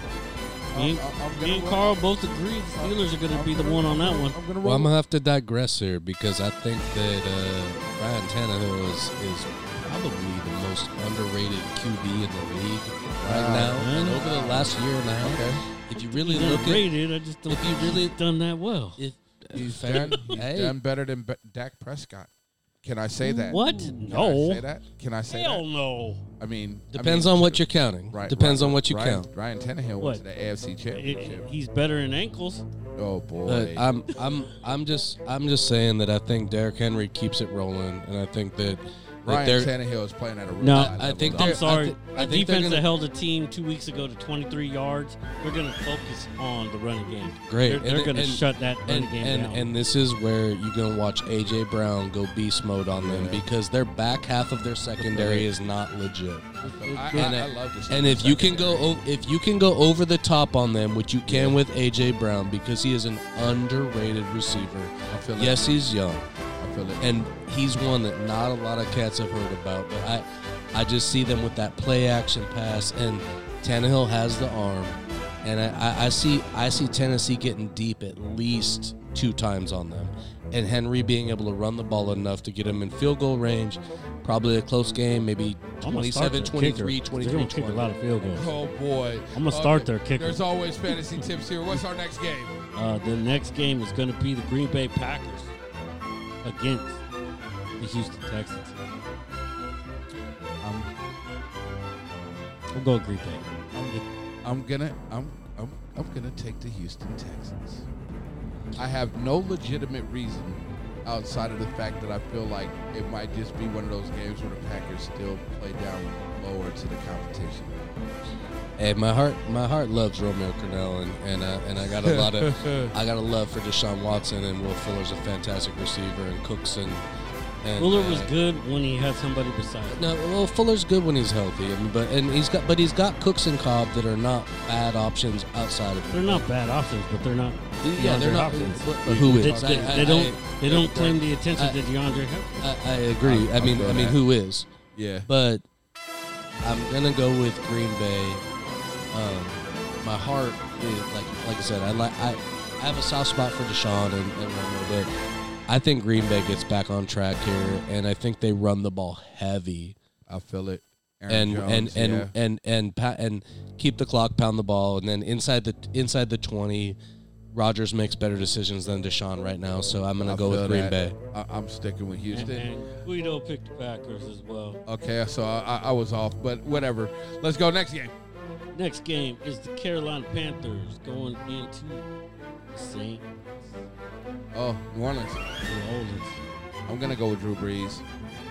Me and, I'm- I'm gonna me and roll- Carl both agree the Steelers are going to I'm be the gonna- one on that I'm one. gonna- I'm gonna roll. Well, I'm gonna have to digress here because I think that uh, Ryan Tannehill is, is probably the most underrated QB in the league right now, and over the last year and a half. Ah, Okay. If you really He's look at underrated. I just don't if you think he's really- done that well. if [laughs] He's fair, done, he's hey, done better than B- Dak Prescott. Can I say that? What? Can No. I say that? Can I say Hell that? no. I mean, depends I mean, on what you're counting. Right. Depends right, on what you Ryan, count. Ryan Tannehill What? went to the AFC It- Championship. he's better in ankles. oh boy. Look, I'm I'm I'm just I'm just saying that I think Derrick Henry keeps it rolling, and I think that, that Ryan they're Tannehill is playing at a really No. high I level, though. think they're- I'm sorri thi- I the think they're defense gonna- that held a team two weeks ago to 23 yards. They're going to focus on the running game. Great. They're, And- they're going to and- shut that running and game and, down. and this is where you're gonna watch AJ Brown go beast mode on them because their back half of their secondary is not legit. I, I, and, I uh, love this. team And if you can go secondary. o- if you can go over the top on them, which you can with AJ Brown because he is an underrated receiver. I feel it. Yes, he's young. I feel it. and he's one that not a lot of cats have heard about. But I, I just see them with that play action pass, and Tannehill has the arm, and I, I, I see I see Tennessee getting deep at least two times on them, and Henry being able to run the ball enough to get him in field goal range. Probably a close game, maybe I'm gonna start 27, their 23, kicker. They're going to kick a 20. lot of field goals. Oh boy! I'm gonna start their kicker. There's always fantasy tips here. What's our next game? Uh, the next game is going to be the Green Bay Packers against the Houston Texans. Um, I'm, We'll go Green Bay. I'm, I'm gonna I'm, I'm I'm gonna take the Houston Texans. I have no legitimate reason outside of the fact that I feel like it might just be one of those games where the Packers still play down lower to the competition. Hey, my heart, my heart loves Romeo Cornell, and and, uh, and I got a lot [laughs] of, I got a love for Deshaun Watson, and Will Fuller's a fantastic receiver, and Cooks and, and Fuller uh, was good when he had somebody beside him. No, well, Fuller's good when he's healthy, and, but and he's got but he's got Cooks and Cobb that are not bad options outside of They're him. not bad options, but they're not. Yeah, they're DeAndre not- Hopkins. but- but who They, is? they- I- they I- don't. I- they don't claim the attention I- to DeAndre Hopkins. I, I agree. I- I, I mean, feel I mean, that. who is? Yeah. But I'm gonna go with Green Bay. Um, my heart, dude, like like I said, I like I, I have a soft spot for Deshaun and, and Romo, but I think Green Bay gets back on track here, and I think they run the ball heavy I feel it. Aaron and and Jones, and, yeah. and and pa- and keep the clock, pound the ball, and then inside the inside the twenty, Rogers makes better decisions than Deshaun right now. So I'm gonna I go with feel Green that. Bay. I, I'm sticking with And, Houston. and Guido picked the Packers as well. Okay, so I, I- I was off, but whatever. Let's go next game. Next game is the Carolina Panthers going into St. Oh, New Orleans. New Orleans. I'm gonna go with Drew Brees.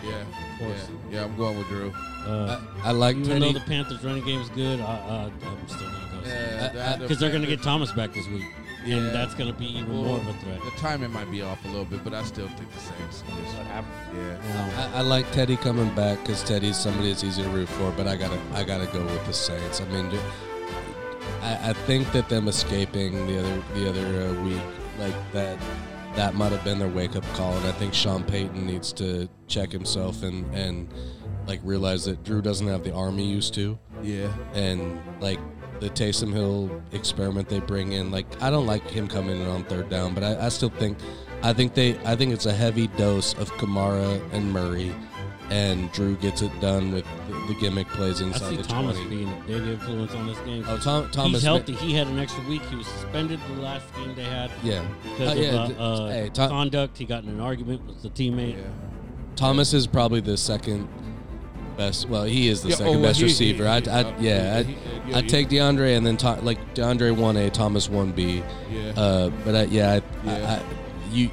Yeah, Of yeah, course. yeah. I'm going with Drew. Uh, I like even Teddy. though the Panthers' running game is good, I, I, I'm still going to go Yeah, that- because Uh, they're going to get Thomas back this week, Yeah. and that's going to be even more of a threat. The timing might be off a little bit, but I still think the Saints. Yeah. Now, I, I like Teddy coming back because Teddy's somebody that's easy to root for, but I gotta I gotta go with the Saints. I mean, I, I think that them escaping the other the other uh, week like that that might have been their wake up call, and I think Sean Payton needs to check himself and and like realize that Drew doesn't have the arm he used to, Yeah. and like the Taysom Hill experiment they bring in. Like I don't like him coming in on third down, but I, I still think I think they I think it's a heavy dose of Kamara and Murray, and Drew gets it done with the, the gimmick plays I inside see the Thomas twenty. being a big influence on this game. Oh, Tom, Thomas. He's healthy. He had an extra week. He was suspended the last game they had Yeah. because Oh, Uh, of yeah, uh, th- uh, hey, Tom- conduct. He got in an argument with the teammate. Yeah. Thomas is probably the second best. Well, he is the Yeah, second oh, best he- receiver. he- I, he- I, uh, yeah, I, he- he- yeah, I he- take DeAndre and then Tho- like DeAndre one A, Thomas one B. Yeah. Uh, but I, yeah, I, Yeah. I, I, you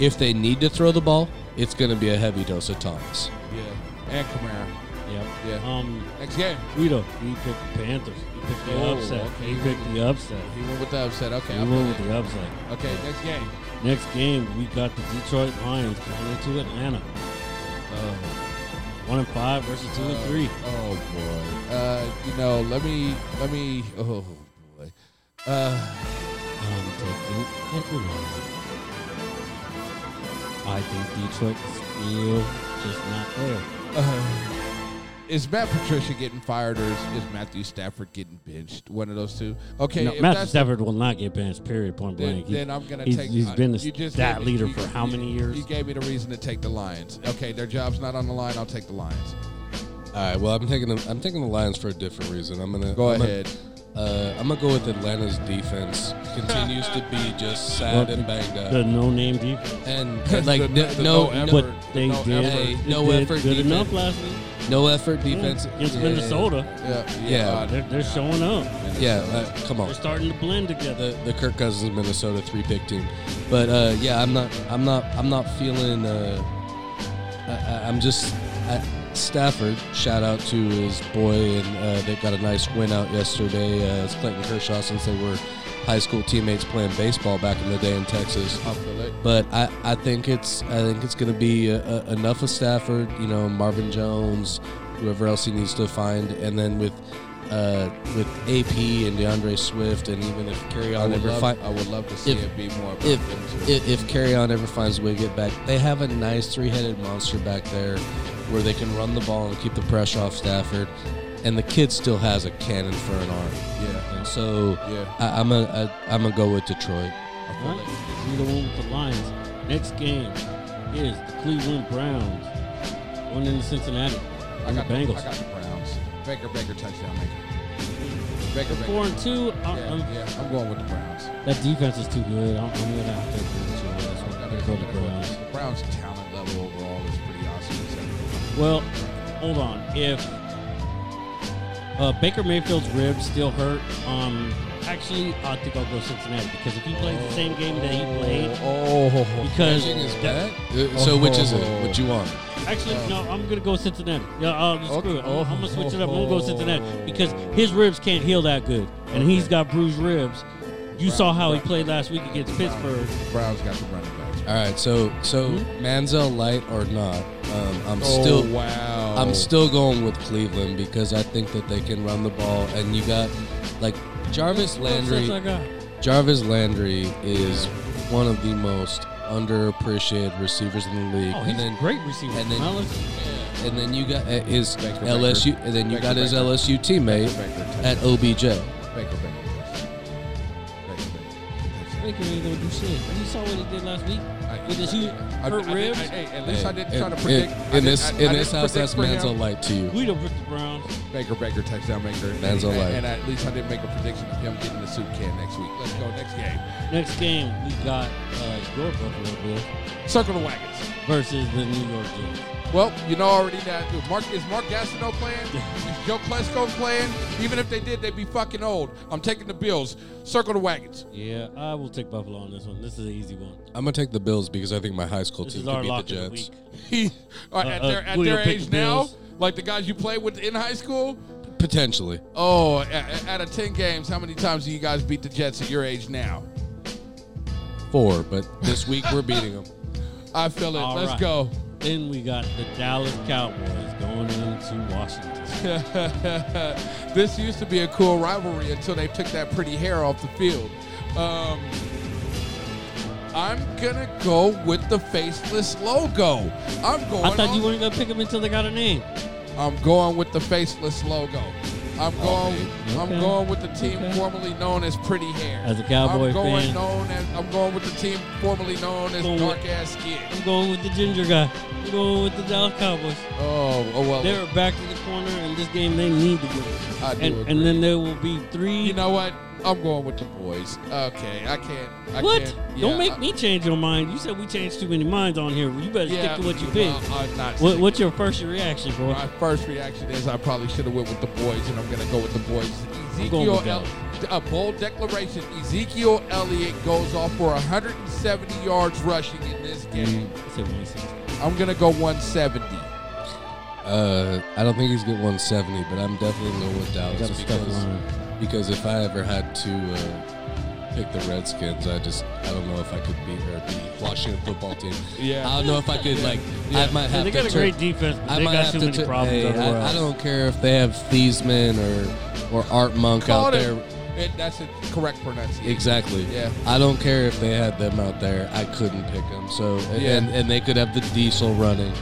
if they need to throw the ball, it's going to be a heavy dose of Thomas. yeah. Uh-huh. And Kamara. Yep. Yeah. Um, Next game. Guido, he picked the Panthers. He picked the Oh, upset. okay. He picked the upset. He went with the upset. Okay. He I'm went with with it. the upset. Okay. Next game. Next game, we got the Detroit Lions going into Atlanta. Uh, Oh, One and five versus two and three. Oh boy. Uh, you know, let me let me. Oh boy. Uh, Um, taking Atlanta. I think Detroit is still just not there. uh, is Matt Patricia getting fired or is, is Matthew Stafford getting benched? One of those two. Okay. No, if Matthew that's- Stafford will not get benched. Period. Point Then, blank. He- then I'm gonna he's- take. he's uh, been a you just stat gave me- leader you- for how you- many years? You gave me the reason to take the Lions. Okay, their job's not on the line. I'll take the Lions. All right. Well, I'm taking the, I'm taking the Lions for a different reason. I'm gonna Go I'm gonna- ahead. uh, I'm gonna go with Atlanta's defense. Continues to be just Well, sad and banged the up. no-name defense. And [laughs] like The- the no, no no, But Effort. they No did. effort. they No did effort Good enough defense. last week. no effort Yeah, defense against Yeah. Minnesota. Yeah, Yeah. uh, They're, they're showing up. Yeah, uh, come Oh. on. They're starting to blend together. the, the Kirk Cousins Minnesota three pick team. But uh, yeah, I'm not I'm not I'm not feeling. Uh, I- I, I'm just I, Stafford. Shout out to his boy, and uh, they got a nice win out yesterday. Uh, it's Clayton Kershaw since they were high school teammates playing baseball back in the day in Texas. I feel it. But I, I think it's I think it's going to be uh uh enough of Stafford, you know, Marvin Jones, whoever else he needs to find, and then with uh, with AP and DeAndre Swift, and even if carry I on would, ever love, find I would love to see if- it be more. About if them two. if, if carry on ever finds a way to get back, they have a nice three headed monster back there, where they can run the ball and keep the pressure off Stafford, and the kid still has a cannon for an arm. yeah, And so yeah. I, I'm a I, I'm gonna go with Detroit. I feel Right. it. You're the one with the Lions. Next game is the Cleveland Browns going into Cincinnati. I And the got the Bengals. I got the Browns. Baker, Baker, touchdown maker. Baker, Baker. Four and two. I- Yeah, I'm- yeah. I'm going with the Browns. That defense is too good. I'm, I'm gonna have to agree with you on this I'm one. gonna I'm go gonna with go the to Browns. Browns. The Browns' talent level overall is pretty awesome. Except Well, hold on. If uh, Baker Mayfield's ribs still hurt, um, actually, I think I'll go Cincinnati because if he plays the same game that he played, Oh, because that- Uh, So which is it? What you want? Actually, no, I'm gonna go Cincinnati. Yeah, uh, screw it. I'm, I'm gonna switch it up. I'm Oh. gonna go Cincinnati because his ribs can't heal that good, and he's got bruised ribs. You saw how he played last week against Pittsburgh. Browns got the running backs. All right, so so Manziel light or not, um, I'm Hmm? Oh, still wow. I'm still going with Cleveland because I think that they can run the ball, and you got like Jarvis Landry. Oh, Jarvis Landry is one of the most underappreciated receivers in the league, Oh, and he's a then great receiver. and then- Fellas. and then you got uh, his Baker, LSU, and then you Baker, got his Baker. LSU teammate Baker, Baker, at OBJ. Baker, Baker. Baker ain't gonna do shit. You saw what he did last week with his huge I- hurt I did- ribs. I- hey, at least I didn't try to In- predict. I in, didn't- this I- I in this didn't house, predict that's for him. Manzo light to you. we done ripped the Browns. Baker Baker touchdown maker. And, Manzo and, Light. and at least I didn't make a prediction of him getting the soup can next week. Let's go next game. Next game we got uh, your Buffalo Bills Circle the wagons. versus the New York Jets. Well, you know already that dude, Mark is Mark Gastineau [laughs] playing? Is Joe Klesko playing? Even if they did, they'd be fucking old. I'm taking the Bills. Circle the wagons. [laughs] Yeah, I will take Buffalo on this one. This is an easy one. I'm gonna take the Bills because I think my high school This team is could our beat lock the of the Jets. week. He- all right, Uh, at their, uh, at we'll their pick age the now, Bills. like the guys you played with in high school. Potentially, Oh, a- a- out of ten games, how many times do you guys beat the Jets at your age now? four, but this week we're beating them. I feel it. All Let's right. go. [laughs] Then we got the Dallas Cowboys going into Washington. this used to be a cool rivalry until they took that pretty hair off the field. Um, I'm gonna go with the faceless logo. I'm going. I thought you on- weren't gonna pick them until they got a name. I'm going with the faceless logo. I'm going. I'm Okay. going with the team Okay. formerly known as Pretty Hair. As a Cowboy I'm going fan. known as. I'm going with the team formerly known as Going with- Dark Ass Skin. I'm going with the ginger guy. I'm going with the Dallas Cowboys. Oh, oh well. They're back in the corner, and this game they need to win. I do And, agree. and then there will be three. you know what? I'm going with the boys. Okay, I can't. I what? Can't, yeah, Don't make I- me change your mind. You said we changed too many minds on here. You better stick to what you picked. well, I'm not What, sticking. what's your first reaction, boy? My first reaction is I probably should have went with the boys, and I'm going to go with the boys. I'm going Ezekiel, with El- a bold declaration. Ezekiel Elliott goes off for 170 yards rushing in this game. I said 160. I'm going to go 170. Uh, I don't think he's get 170, but I'm definitely going with Dallas Gotta step in because, line. because if I ever had to uh, pick the Redskins, I just I don't know if I could beat or the Washington football team. Yeah. I don't know if I could like I might Yeah, have they to got a turn- great defense, but I they might got have too to many tur- problems hey, everywhere I, I else. don't care if they have Thiesman or or Art Monk out Called it. there. It- that's a correct pronunciation. Exactly. Yeah. I don't care if they had them out there. I couldn't pick them. So and Yeah. and, and they could have the diesel running.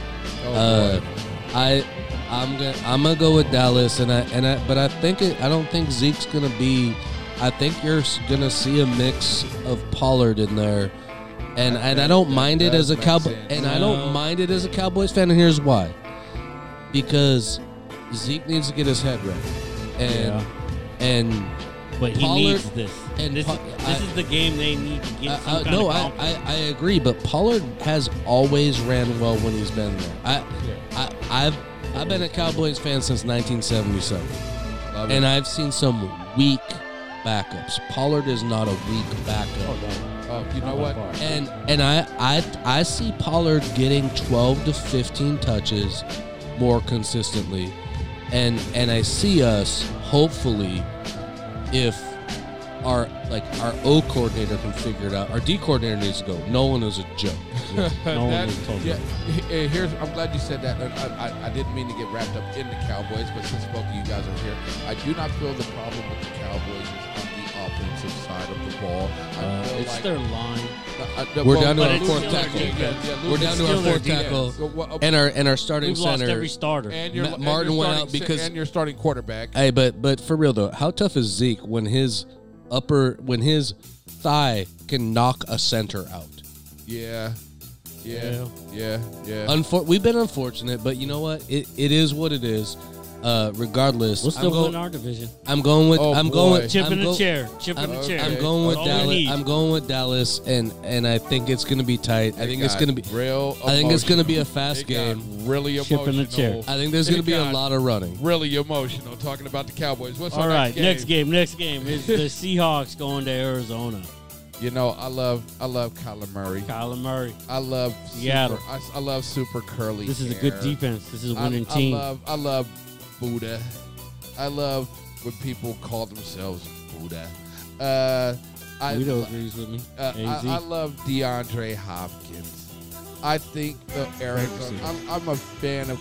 Oh, Uh, boy. I I'm gonna I'm gonna go with Dallas and I and I but I think it, I don't think Zeke's gonna be. I think you're s- gonna see a mix of Pollard in there, and and I don't mind it does as a make cowboy. sense. And I No. don't mind it as a Cowboys fan. And here's why: because Zeke needs to get his head right, and and but he Pollard needs this. and this, Pa- is, I- this is the game they need to get some I, I, kind Uh, no, of I, confidence. I, I agree, but Pollard has always ran well when he's been there. I, I, I've I've been a Cowboys fan since 1977, Love and I've seen some weak backups. Pollard is not a weak backup, Oh, you know what? and and I I I see Pollard getting 12 to 15 touches more consistently, and and I see us hopefully if our like our O coordinator can figure it out. Our D coordinator needs to go. Nolan is a joke. no one That- has told yeah, me. eh, here's. I'm glad you said that. and I, I, I didn't mean to get wrapped up in the Cowboys, but since both of you guys are here, I do not feel the problem with the Cowboys is on the offensive side of the ball. I Uh, feel it's like- uh, their line. I- I- We're well, down to but our it's fourth still their tackle. defense. Yeah, We're it's down to still our their fourth defense. tackle, So what- and our and our starting We've lost center. every starter. uh, and your, Ma- and Martin your went starting out si- because- and your starting quarterback. Hey, but but for real though, how tough is Zeke when his upper when his thigh can knock a center out? Yeah, yeah, yeah, yeah. Unfor- we've been unfortunate, but you know what? It, it is what it is. Uh, regardless, We'll still I'm, win going, our division. I'm going with Oh, I'm boy. going with Chip I'm in the go- chair. Chip I'm, in the chair. I'm going with That's all we Dallas. need. I'm going with Dallas, and and I think it's going to be tight. I think it's Got going to be. real. I think it's going to be a emotional. fast It got game. Really Chip emotional. in the chair. I think there's It going to be a got lot of running. Really emotional talking about the Cowboys. What's All our right, next game? game. Next game is [laughs] the Seahawks going to Arizona. You know, I love I love Kyler Murray. Kyler Murray. I love Seattle. Super, I, I love super curly. This is a hair. good defense. This is a I, winning I uh, team. love I love Buddha. I love when people call themselves Buddha. Uh, I, Guido lo- agrees with me. uh, I, AZ. I love DeAndre Hopkins. I think uh, Arizona. I'm, I'm a fan of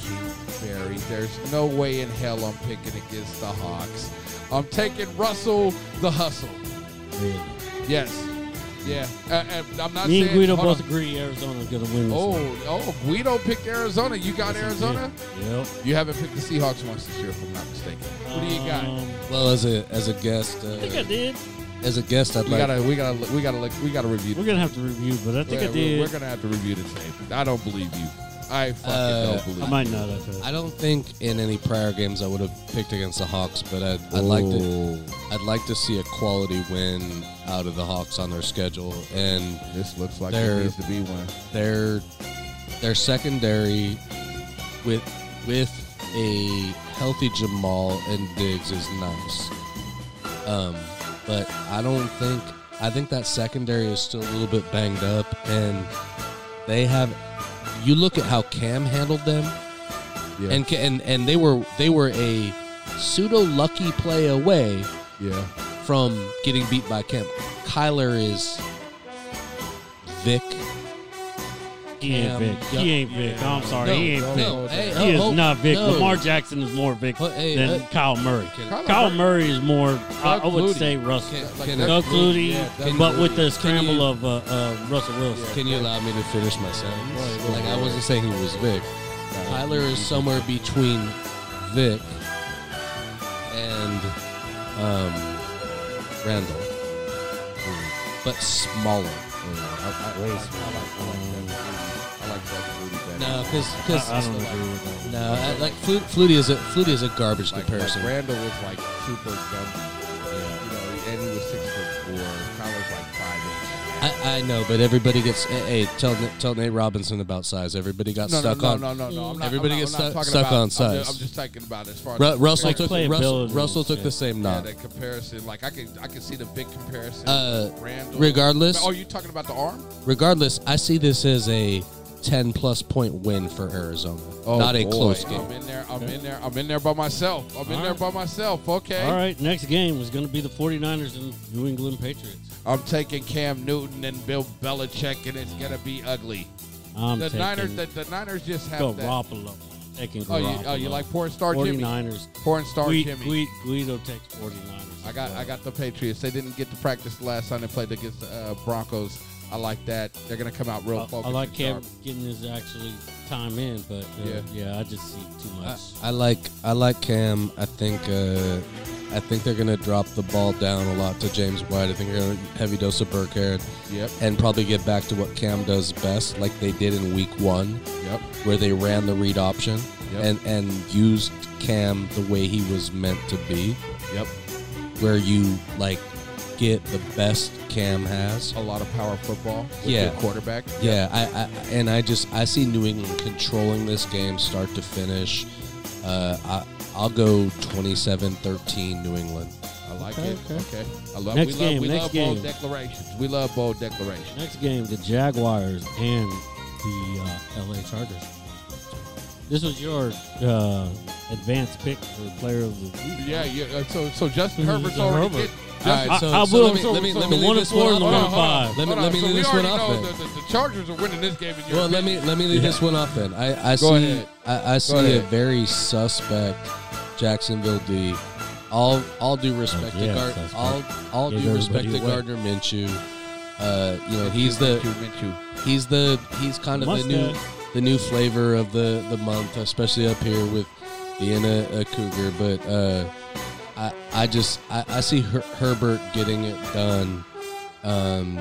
Cliff Berry. There's no way in hell I'm picking against the Hawks. I'm taking Russell the Hustle. Really. Yes. Yeah. Uh, and I'm not Me and saying, Guido hold on. both agree Arizona's going to win this Oh, one. oh, Guido picked Arizona. You got Arizona? Yep. You haven't picked the Seahawks once this year, if I'm not mistaken. What do you got? Um, Well, as a as a guest, I think I uh, did. as a guest, I'd We like. gotta, we gotta, look- we gotta, look, we gotta review. We're gonna have to review, but I Yeah, think I we're, did. we're gonna have to review the tape. I don't believe you. I fucking Uh, don't believe. I you. might not have. to. I don't think in any prior games I would have picked against the Hawks, but I'd, I'd like to. Oh, I'd like to see a quality win out of the Hawks on their schedule, and This looks like There. there needs to be one. their their secondary with with a healthy Jamal and Diggs is nice. Um, but I don't think I think that secondary is still a little bit banged up, and they have. You look at how Cam handled them, Yeah, and ca- and and they were they were a pseudo lucky play away yeah. from getting beat by Cam. Kyler is Vic. He ain't Cam, Vic. yeah. He ain't Vic. I'm sorry. No, he ain't Vic. no, hey, he is oh, not Vic. no. Lamar Jackson is more Vic But, hey, than uh, Kyle Murray. Kyler Kyle Murray- Murray is more, I, I would Doug Flutie. say, Russell. Can, Like can- that- Doug Flutie, Yeah, Doug but with Flutie. the scramble you- of uh, uh, Russell Wilson. can you allow me to finish my sentence? Right, right, like I right. wasn't saying he was Vic. Kyler is somewhere between Vic and um, Randall, but smaller. Oh, I like that Flutie better. No, because I, I don't agree with that. no, I- like Flu- Flutie is a Flutie is a garbage Like, like comparison. Randall was like super gumby, you know, and he was six foot four. Kyler's like five eight. I, I know, but everybody gets. Hey, hey, tell Na- tell Nate Robinson about size. Everybody got No, no, stuck no, on. no, no, no. I'm not, Everybody I'm not, gets I'm not stu- talking stuck about, on I'm ju- size. I'm just talking about as far Ru- as Russell Like took playability Russell, and Russell took shit. the same Yeah, knock. that comparison, like I can, I can see the big comparison. Uh, with Randall. regardless, Oh, you talking about the arm? regardless, I see this as a ten plus point win for Arizona. Not a Oh, boy. close game. I'm in there. I'm in there. I'm in there by myself. I'm in All there right. by myself. Okay. All right, next game is going to be the 49ers and New England Patriots. I'm taking Cam Newton and Bill Belichick, and it's gonna be ugly. I'm the taking Niners. The, the Niners just have that. Garoppolo. Taking Oh, Garoppolo. you, oh, you like porn star Jimmy? 49ers. Porn star Gui- Jimmy. Gui- Guido takes 49ers. I got I got the Patriots. They didn't get to practice last time they played against the uh, Broncos. I like that. They're gonna come out real I, focused. I like and Cam sharp. getting his actually time in, but uh, yeah. Yeah. I just see too I, much. I like I like Cam. I think uh, I think they're gonna drop the ball down a lot to James White. I think they're gonna heavy dose of Burke Aaron Yep. and probably get back to what Cam does best, like they did in Week One, Yep. where they ran the read option Yep. and and used Cam the way he was meant to be, Yep. where you like get the best Cam has. A lot of power football. With Yeah. Your quarterback. Yeah, I, I and I just I see New England controlling this game start to finish. Uh, I I'll go 27-13 New England. I like Okay, it. okay. Okay. I love. Next we game, love, we next love game. bold declarations. We love bold declarations. Next game, the Jaguars and the uh, LA Chargers. This was your uh, advanced pick for player of the week. Yeah, yeah. uh, So, so Justin Mhm, Herbert's so already Herbert. getting. All right, I- so, I so will- let me so- let me so let the me one leave this and four one and the off. one then. and five. Let me Hold on, let me so leave we this one already off know then. The, the, the Chargers are winning this game. In your Well, let opinion. me let me leave this one off then. I I see ahead. I, I see a ahead. very suspect Jacksonville D. All all due respect yeah, to Gardner. suspect. All all Give due respect everybody to away. Gardner Minshew. Uh, you know he's the Minshew, Minshew. He's the he's kind of the new Mustang. the new flavor of the the month, especially up here with being a, a cougar. But uh, I I just I, I see Her- Herbert getting it done, um,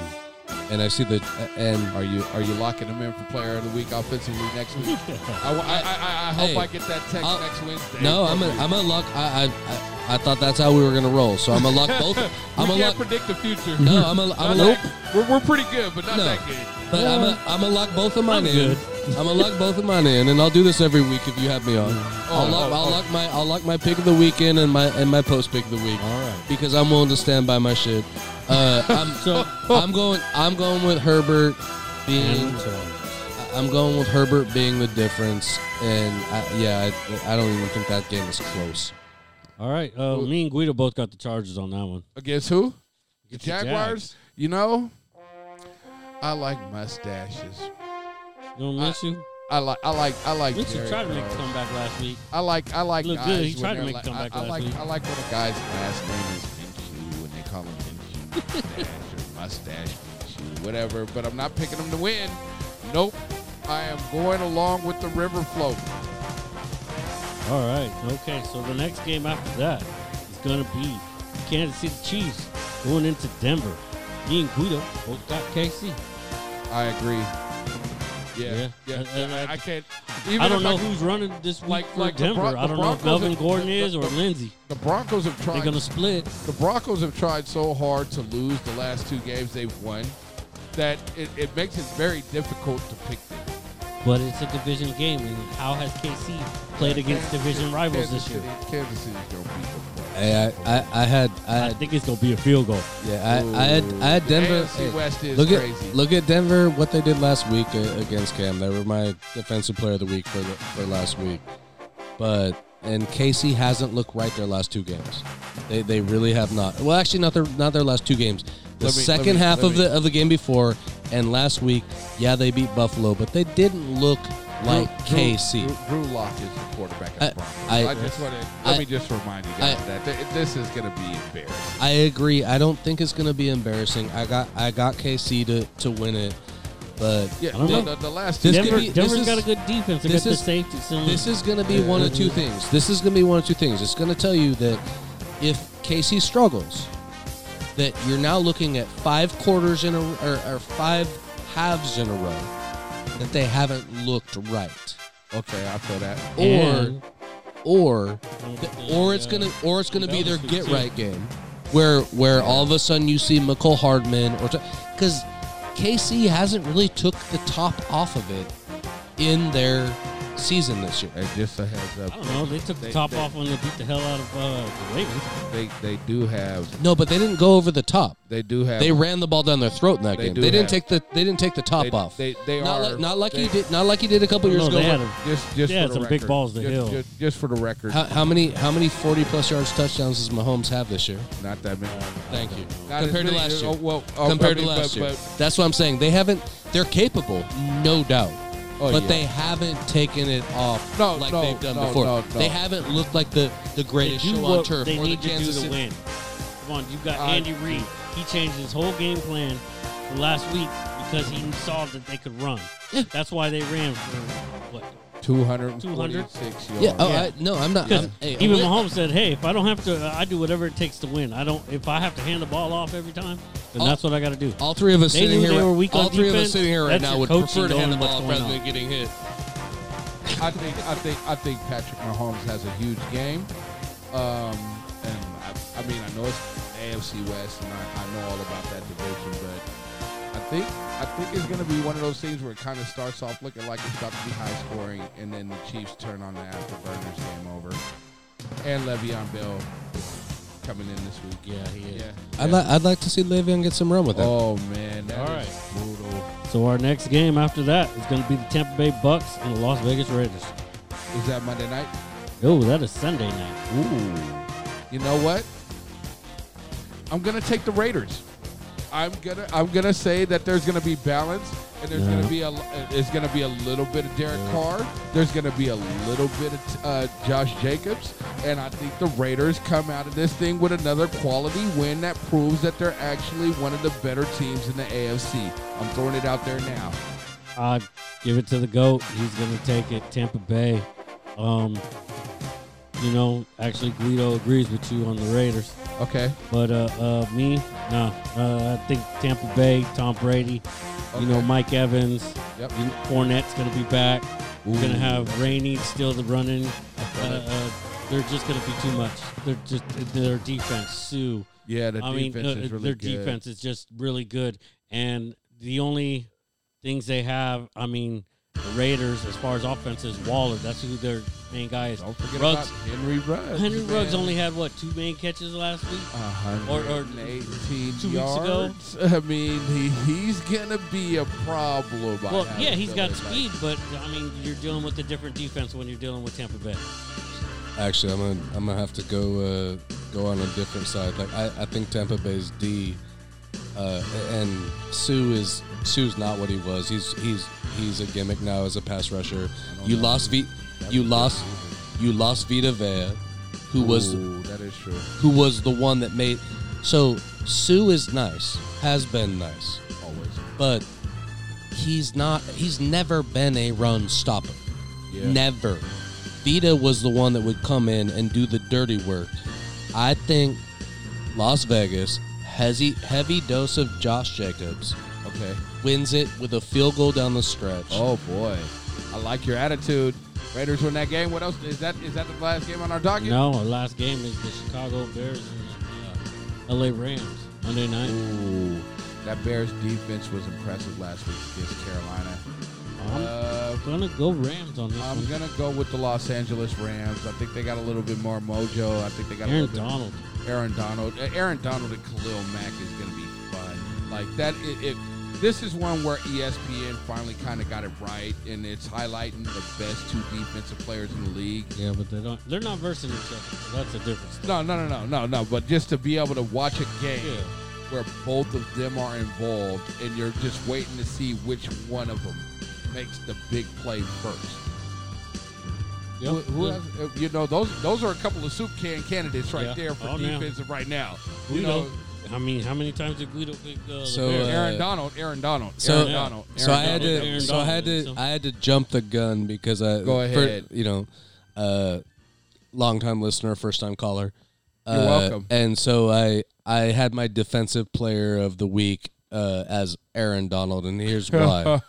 and I see the and Are you are you locking him in for player of the week offensively next week? [laughs] I, wa- I, I, I hope Hey, I get that text I'll- next Wednesday. no I'm a, from you. I'm a luck I, I I I thought that's how we were gonna roll, so I'm a luck [laughs] both. we I'm a can't luck. predict the future. No, I'm a [laughs] Not I'm a luck. that- we're, we're pretty good, but not No. that good. But I'm a I'm a lock both of mine I'm in. good. I'm a lock both of mine in, and I'll do this every week if you have me on. I'll Oh, lock oh, I'll oh. lock my I'll lock my pick of the weekend and my and my post pick of the week All right. because I'm willing to stand by my shit. [laughs] Uh, I'm So, I'm going I'm going with Herbert and uh, being the Chargers. I'm going with Herbert being the difference, and I, yeah I, I don't even think that game is close. All right. Uh, me and Guido both got the Chargers on that one. Against who? The It's the Jags. Jaguars. You know, I like mustaches. You don't miss you? I like I like I like. Miss you Jared tried to make a Goff. comeback last week. I like I like Look guys good. He when tried to they're make a like- I, comeback I last like week. I like when a guy's last name is Minshew when they call him Minshew mustache or mustache Minshew, whatever. But I'm not picking him to win. Nope. I am going along with the river float. All right. Okay. So the next game after that is going to be Kansas City Chiefs Going into Denver, me and Guido both got KC. I agree. Yeah, Yeah. yeah. I- I- I, I can't. Even I don't if know could- who's running this week like- for like the Denver. Bron- I the don't know if Broncos Melvin and- Gordon the- is the- or Lindsey. The Broncos have They're tried. gonna split. the Broncos have tried so hard to lose the last two games they've won that it, it makes it very difficult to pick them. But it's a division game, and how has KC played against division rivals Kansas this year? City, Kansas City's gonna beat them. Hey, I, I, I had, I I had, think it's gonna be a field goal. yeah, I, I had, I had The Denver. AFC hey, West is look crazy. at, look at Denver. What they did last week uh, against Cam. They were my defensive player of the week for the, for last week. But and KC hasn't looked right their last two games. They, they really have not. Well, actually, not their not their last two games. The Let me- let second me- half let of me- the of the game before and last week, yeah, they beat Buffalo, but they didn't look like Drew, KC. Drew, Drew Lock is the quarterback of I- the Broncos. I- I, just want to let I- me just remind you guys I- that th- this is gonna be embarrassing. I agree. I don't think it's gonna be embarrassing. I got I got KC to, to win it, but Yeah, don't the, know. the, the last two This Denver, could be- Denver's this got a is- good defense. They got this the is- safety. still in- this is gonna be one of two things. This is gonna be one of two things. It's gonna tell you that if KC struggles, that you're now looking at five quarters in a or, or five halves in a row that they haven't looked right, Okay, I feel that. Oh. And- or the, or it's gonna or it's gonna be their get right game, where where all of a sudden you see McCole Hardman or because KC hasn't really took the top off of it in their season this year. And just a heads up, I don't know. They took the They- top they- off when they beat the hell out of uh, the Ravens. they they do have No, but they didn't go over the top. they do have They ran the ball down their throat in that They game. do They didn't have- take the they didn't take the top they, off. They they not are like not like they, he did not like he did a couple years No, ago. they had where- a, Just just They had for the some record, big balls to just, hill. Just, just for the record, how, how many how many forty plus yards touchdowns does Mahomes have this year? not that many. Thank you. Not as Compared to many- last year. oh, well, oh, compared I mean, to last but- year. but- That's what I'm saying. They haven't. They're capable, no doubt. Oh, but yeah. they haven't taken it off No, like no, they've done no, before. no, no. They haven't looked like the, the They greatest do show on what turf they or the need to do Kansas to City. win. Come on, you got I- Andy Reid. He changed his whole game plan from last week because he saw that they could run. That's why they ran for what? 246 yards. Yeah. Oh, Yeah. I, no, I'm not. Because I'm, hey, I'm even with- Mahomes said, "Hey, if I don't have to, uh, I do whatever it takes to win. I don't. If I have to hand the ball off every time, then Oh. that's what I got to do." All three of us They sitting knew here. they were weak on all three of defense. us sitting here right That's now your would coaching prefer to knowing hand the what's ball going rather on. than getting hit. I think I think I think Patrick Mahomes has a huge game. Um, and I, I mean I know it's AFC West and I, I know all about that division, but I think I think it's gonna be one of those things where it kind of starts off looking like it's about to be high scoring, and then the Chiefs turn on the afterburners, game over, and Le'Veon Bell coming in this week. Yeah, he is. Yeah. I'd, li- I'd like to see Le'Veon get some run with it. Oh man, that All is brutal. So our next game after that is going to be the Tampa Bay Bucks and the Las Vegas Raiders. Is that Monday night? Oh, that is Sunday night. Ooh. You know what? I'm gonna take the Raiders. I'm gonna I'm gonna say that there's gonna be balance and there's Yeah. gonna be a there's gonna be a little bit of Derek Carr. There's gonna be a little bit of uh, Josh Jacobs, and I think the Raiders come out of this thing with another quality win that proves that they're actually one of the better teams in the AFC. I'm throwing it out there now. I give it to the goat. He's going to take it. Tampa Bay. Um, you know, actually, Guido agrees with you on the Raiders, Okay. but uh, uh me, no. Uh, I think Tampa Bay, Tom Brady. You know, Okay. Mike Evans. Yep. You know, Fournette's going to be back. We're going Ooh. to have Rainey still the running. Uh, uh, they're just going to be too much. They're just their defense. Sue. Yeah, the I mean, defense uh, is really their good. defense is just really good, and the only things they have, I mean, the Raiders as far as offense is Waller. That's who their main guy is. Don't forget Ruggs. about Henry Ruggs. Henry Ruggs man. only had what two main catches last week? Or- or 118 two weeks yards. I mean, he, he's gonna be a problem. I Well, have yeah, a he's got feeling, speed, but I mean, you're dealing with a different defense when you're dealing with Tampa Bay. Actually, I'm gonna I'm gonna have to go uh, go on a different side. Like I, I think Tampa Bay's D, uh, and Sue is Sue's not what he was. He's he's he's a gimmick now as a pass rusher. You lost V, you lost you lost Vita Vea, who like- was Ooh, that is true. who was the one that made. So Sue is nice, has been nice, Always. but he's not. He's never been a run stopper. Yeah. Never. Vita was the one that would come in and do the dirty work. I think Las Vegas Heavy heavy dose of Josh Jacobs Okay. wins it with a field goal down the stretch. Oh boy, I like your attitude. Raiders win that game. What else is that? Is that the last game on our docket? No, our last game is the Chicago Bears and the uh, LA Rams Monday night. Ooh, that Bears defense was impressive last week against Carolina. Um, Uh, I'm gonna go Rams on this I'm one. gonna go with the Los Angeles Rams. I think they got a little bit more mojo. I think they got a Aaron little bit Donald. Aaron Donald. Uh, Aaron Donald and Khalil Mack is going to be fun. Like that. It, it, this is one where E ESPN finally kind of got it right, and it's highlighting the best two defensive players in the league. Yeah, but they don't. They're not versing each other. So that's a different story. No, no, no, no, no, no. But just to be able to watch a game Yeah. where both of them are involved, and you're just waiting to see which one of them makes the big play first. Yep. Who, who else- you know, those those are a couple of soup can candidates right Yeah. there for Oh, man. defensive right now. You Guido. know, I mean, how many times did Guido pick uh, the So, Bears? uh, Aaron Donald, Aaron Donald, so- Aaron Yeah. Donald. So Aaron I had Donald. to. Aaron so I had to. Donald, so- I had to jump the gun because I. Go for- ahead. you know, uh, long time listener, first time caller. You're Uh, welcome. And so I. I had my defensive player of the week uh, as Aaron Donald, and [laughs] here's why.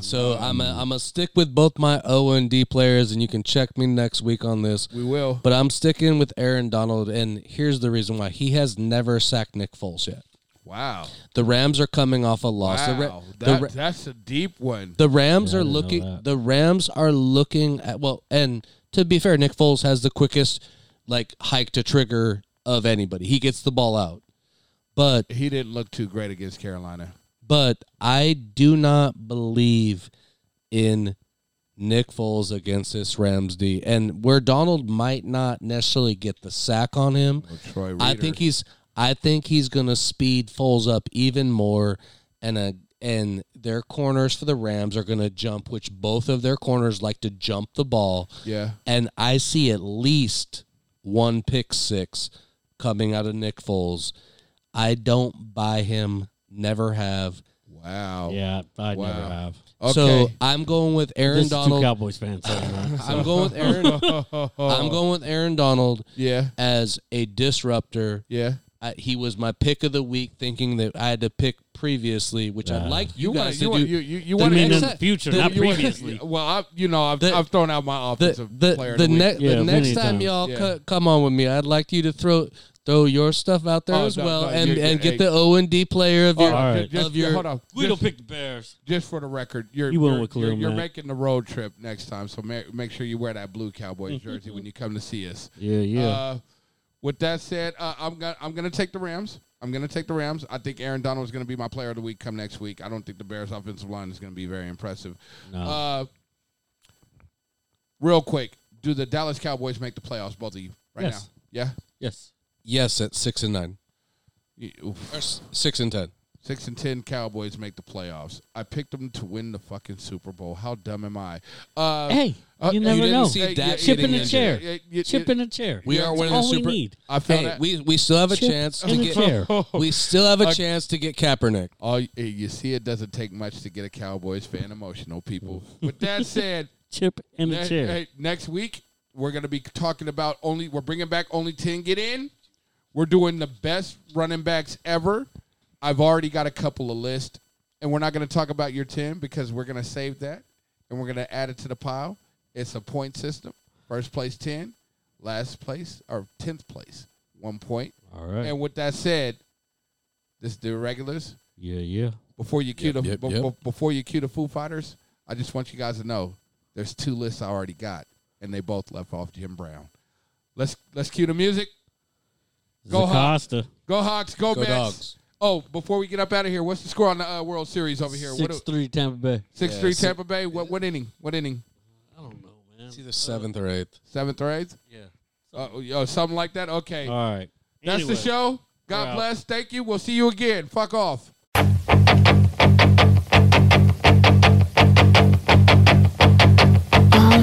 so I'm. A, I'm gonna stick with both my O and D players, and you can check me next week on this. We will. But I'm sticking with Aaron Donald, and here's the reason why he has never sacked Nick Foles yet. Wow. The Rams are coming off a loss. The Ra- Wow. the That, Ra- that's a deep one. the Rams Yeah, I are didn't know looking. that. The Rams are looking at well, and to be fair, Nick Foles has the quickest like hike to trigger of anybody. He gets the ball out, but He didn't look too great against Carolina. but I do not believe in Nick Foles against this Rams D. And where Donald might not necessarily get the sack on him, Troy Reader. I think he's I think he's going to speed Foles up even more, and uh and their corners for the Rams are going to jump, which both of their corners like to jump the ball. Yeah. And I see at least one pick six coming out of Nick Foles. I don't buy him. Never have. Wow. Yeah, I would never Wow. have. Okay. So I'm going with Aaron This is two Donald. Cowboys fans. so, uh, [laughs] I'm going with Aaron. [laughs] I'm going with Aaron Donald yeah. as a disruptor Yeah. I, he was my pick of the week, thinking that I had to pick previously, which I'd Uh, like You you, want guys you to want do. you you, you the I want mean, in next- the future, the- not you wanna- previously. well, I you know I've, The- I've thrown out my the offensive player. the, of the, the week. ne- Yeah, the many next time times. y'all Yeah. co- come on with me, I'd like you to throw throw your stuff out there Oh, as no, well, no, and, you're- and get hey. the O and D player of Oh, your. All ju- right. just, Of your- hold on. Guido Just, picked the Bears. just for the record, you're You went are with Khalil you're, you're Mack. making the road trip next time, so ma- make sure you wear that blue [laughs] Cowboys jersey when you come to see us. Yeah, yeah. Uh, with that said, uh, I'm gonna I'm gonna take the Rams. I'm gonna take the Rams. I think Aaron Donald is gonna be my player of the week come next week. I don't think the Bears offensive line is gonna be very impressive. No. Uh, real quick, do the Dallas Cowboys make the playoffs? Both of you right Yes. now? Yeah. yes. Yes, at six and nine You- oof. or s- six and ten. Six and ten Cowboys make the playoffs. I picked them to win the fucking Super Bowl. How dumb am I? Uh, Hey, uh, you never didn't know. see Dak Chip in getting a injured. chair. Yeah, yeah, Chip yeah. in a chair. We are That's winning all the Super- we need. I feel Hey, that. we we still have a Chip chance to in a chair. get. [laughs] We [laughs] still have a chance to get Kaepernick. All you, Oh, you see, it doesn't take much to get a Cowboys fan emotional, people. [laughs] With that said, Chip in a ne- chair. hey, next week we're going to be talking about only. We're bringing back only ten get in. We're doing the best running backs ever. I've already got a couple of lists, and we're not going to talk about your ten because we're going to save that and we're going to add it to the pile. It's a point system. First place ten, last place or tenth place one point. All right. And with that said, this is the irregulars Yeah, yeah. before you cue Yep, the yep, be- yep. be- before you cue the Foo Fighters, I just want you guys to know there's two lists I already got, and they both left off Jim Brown. Let's let's cue the music. Go Hawks. Acosta. Go Hawks. Go, Go Mets. Dogs. Oh, before we get up out of here, what's the score on the uh, World Series over here? What Six do- three Tampa Bay. six Yeah, three six- Tampa Bay. What what inning? What inning? I don't know, man. It's either seventh or eighth. Seventh or eighth? Yeah. Uh, oh, something like that. Okay, All right. that's Uh, Anyway. the show. we're God out. bless. Thank you. We'll see you again. Fuck off. All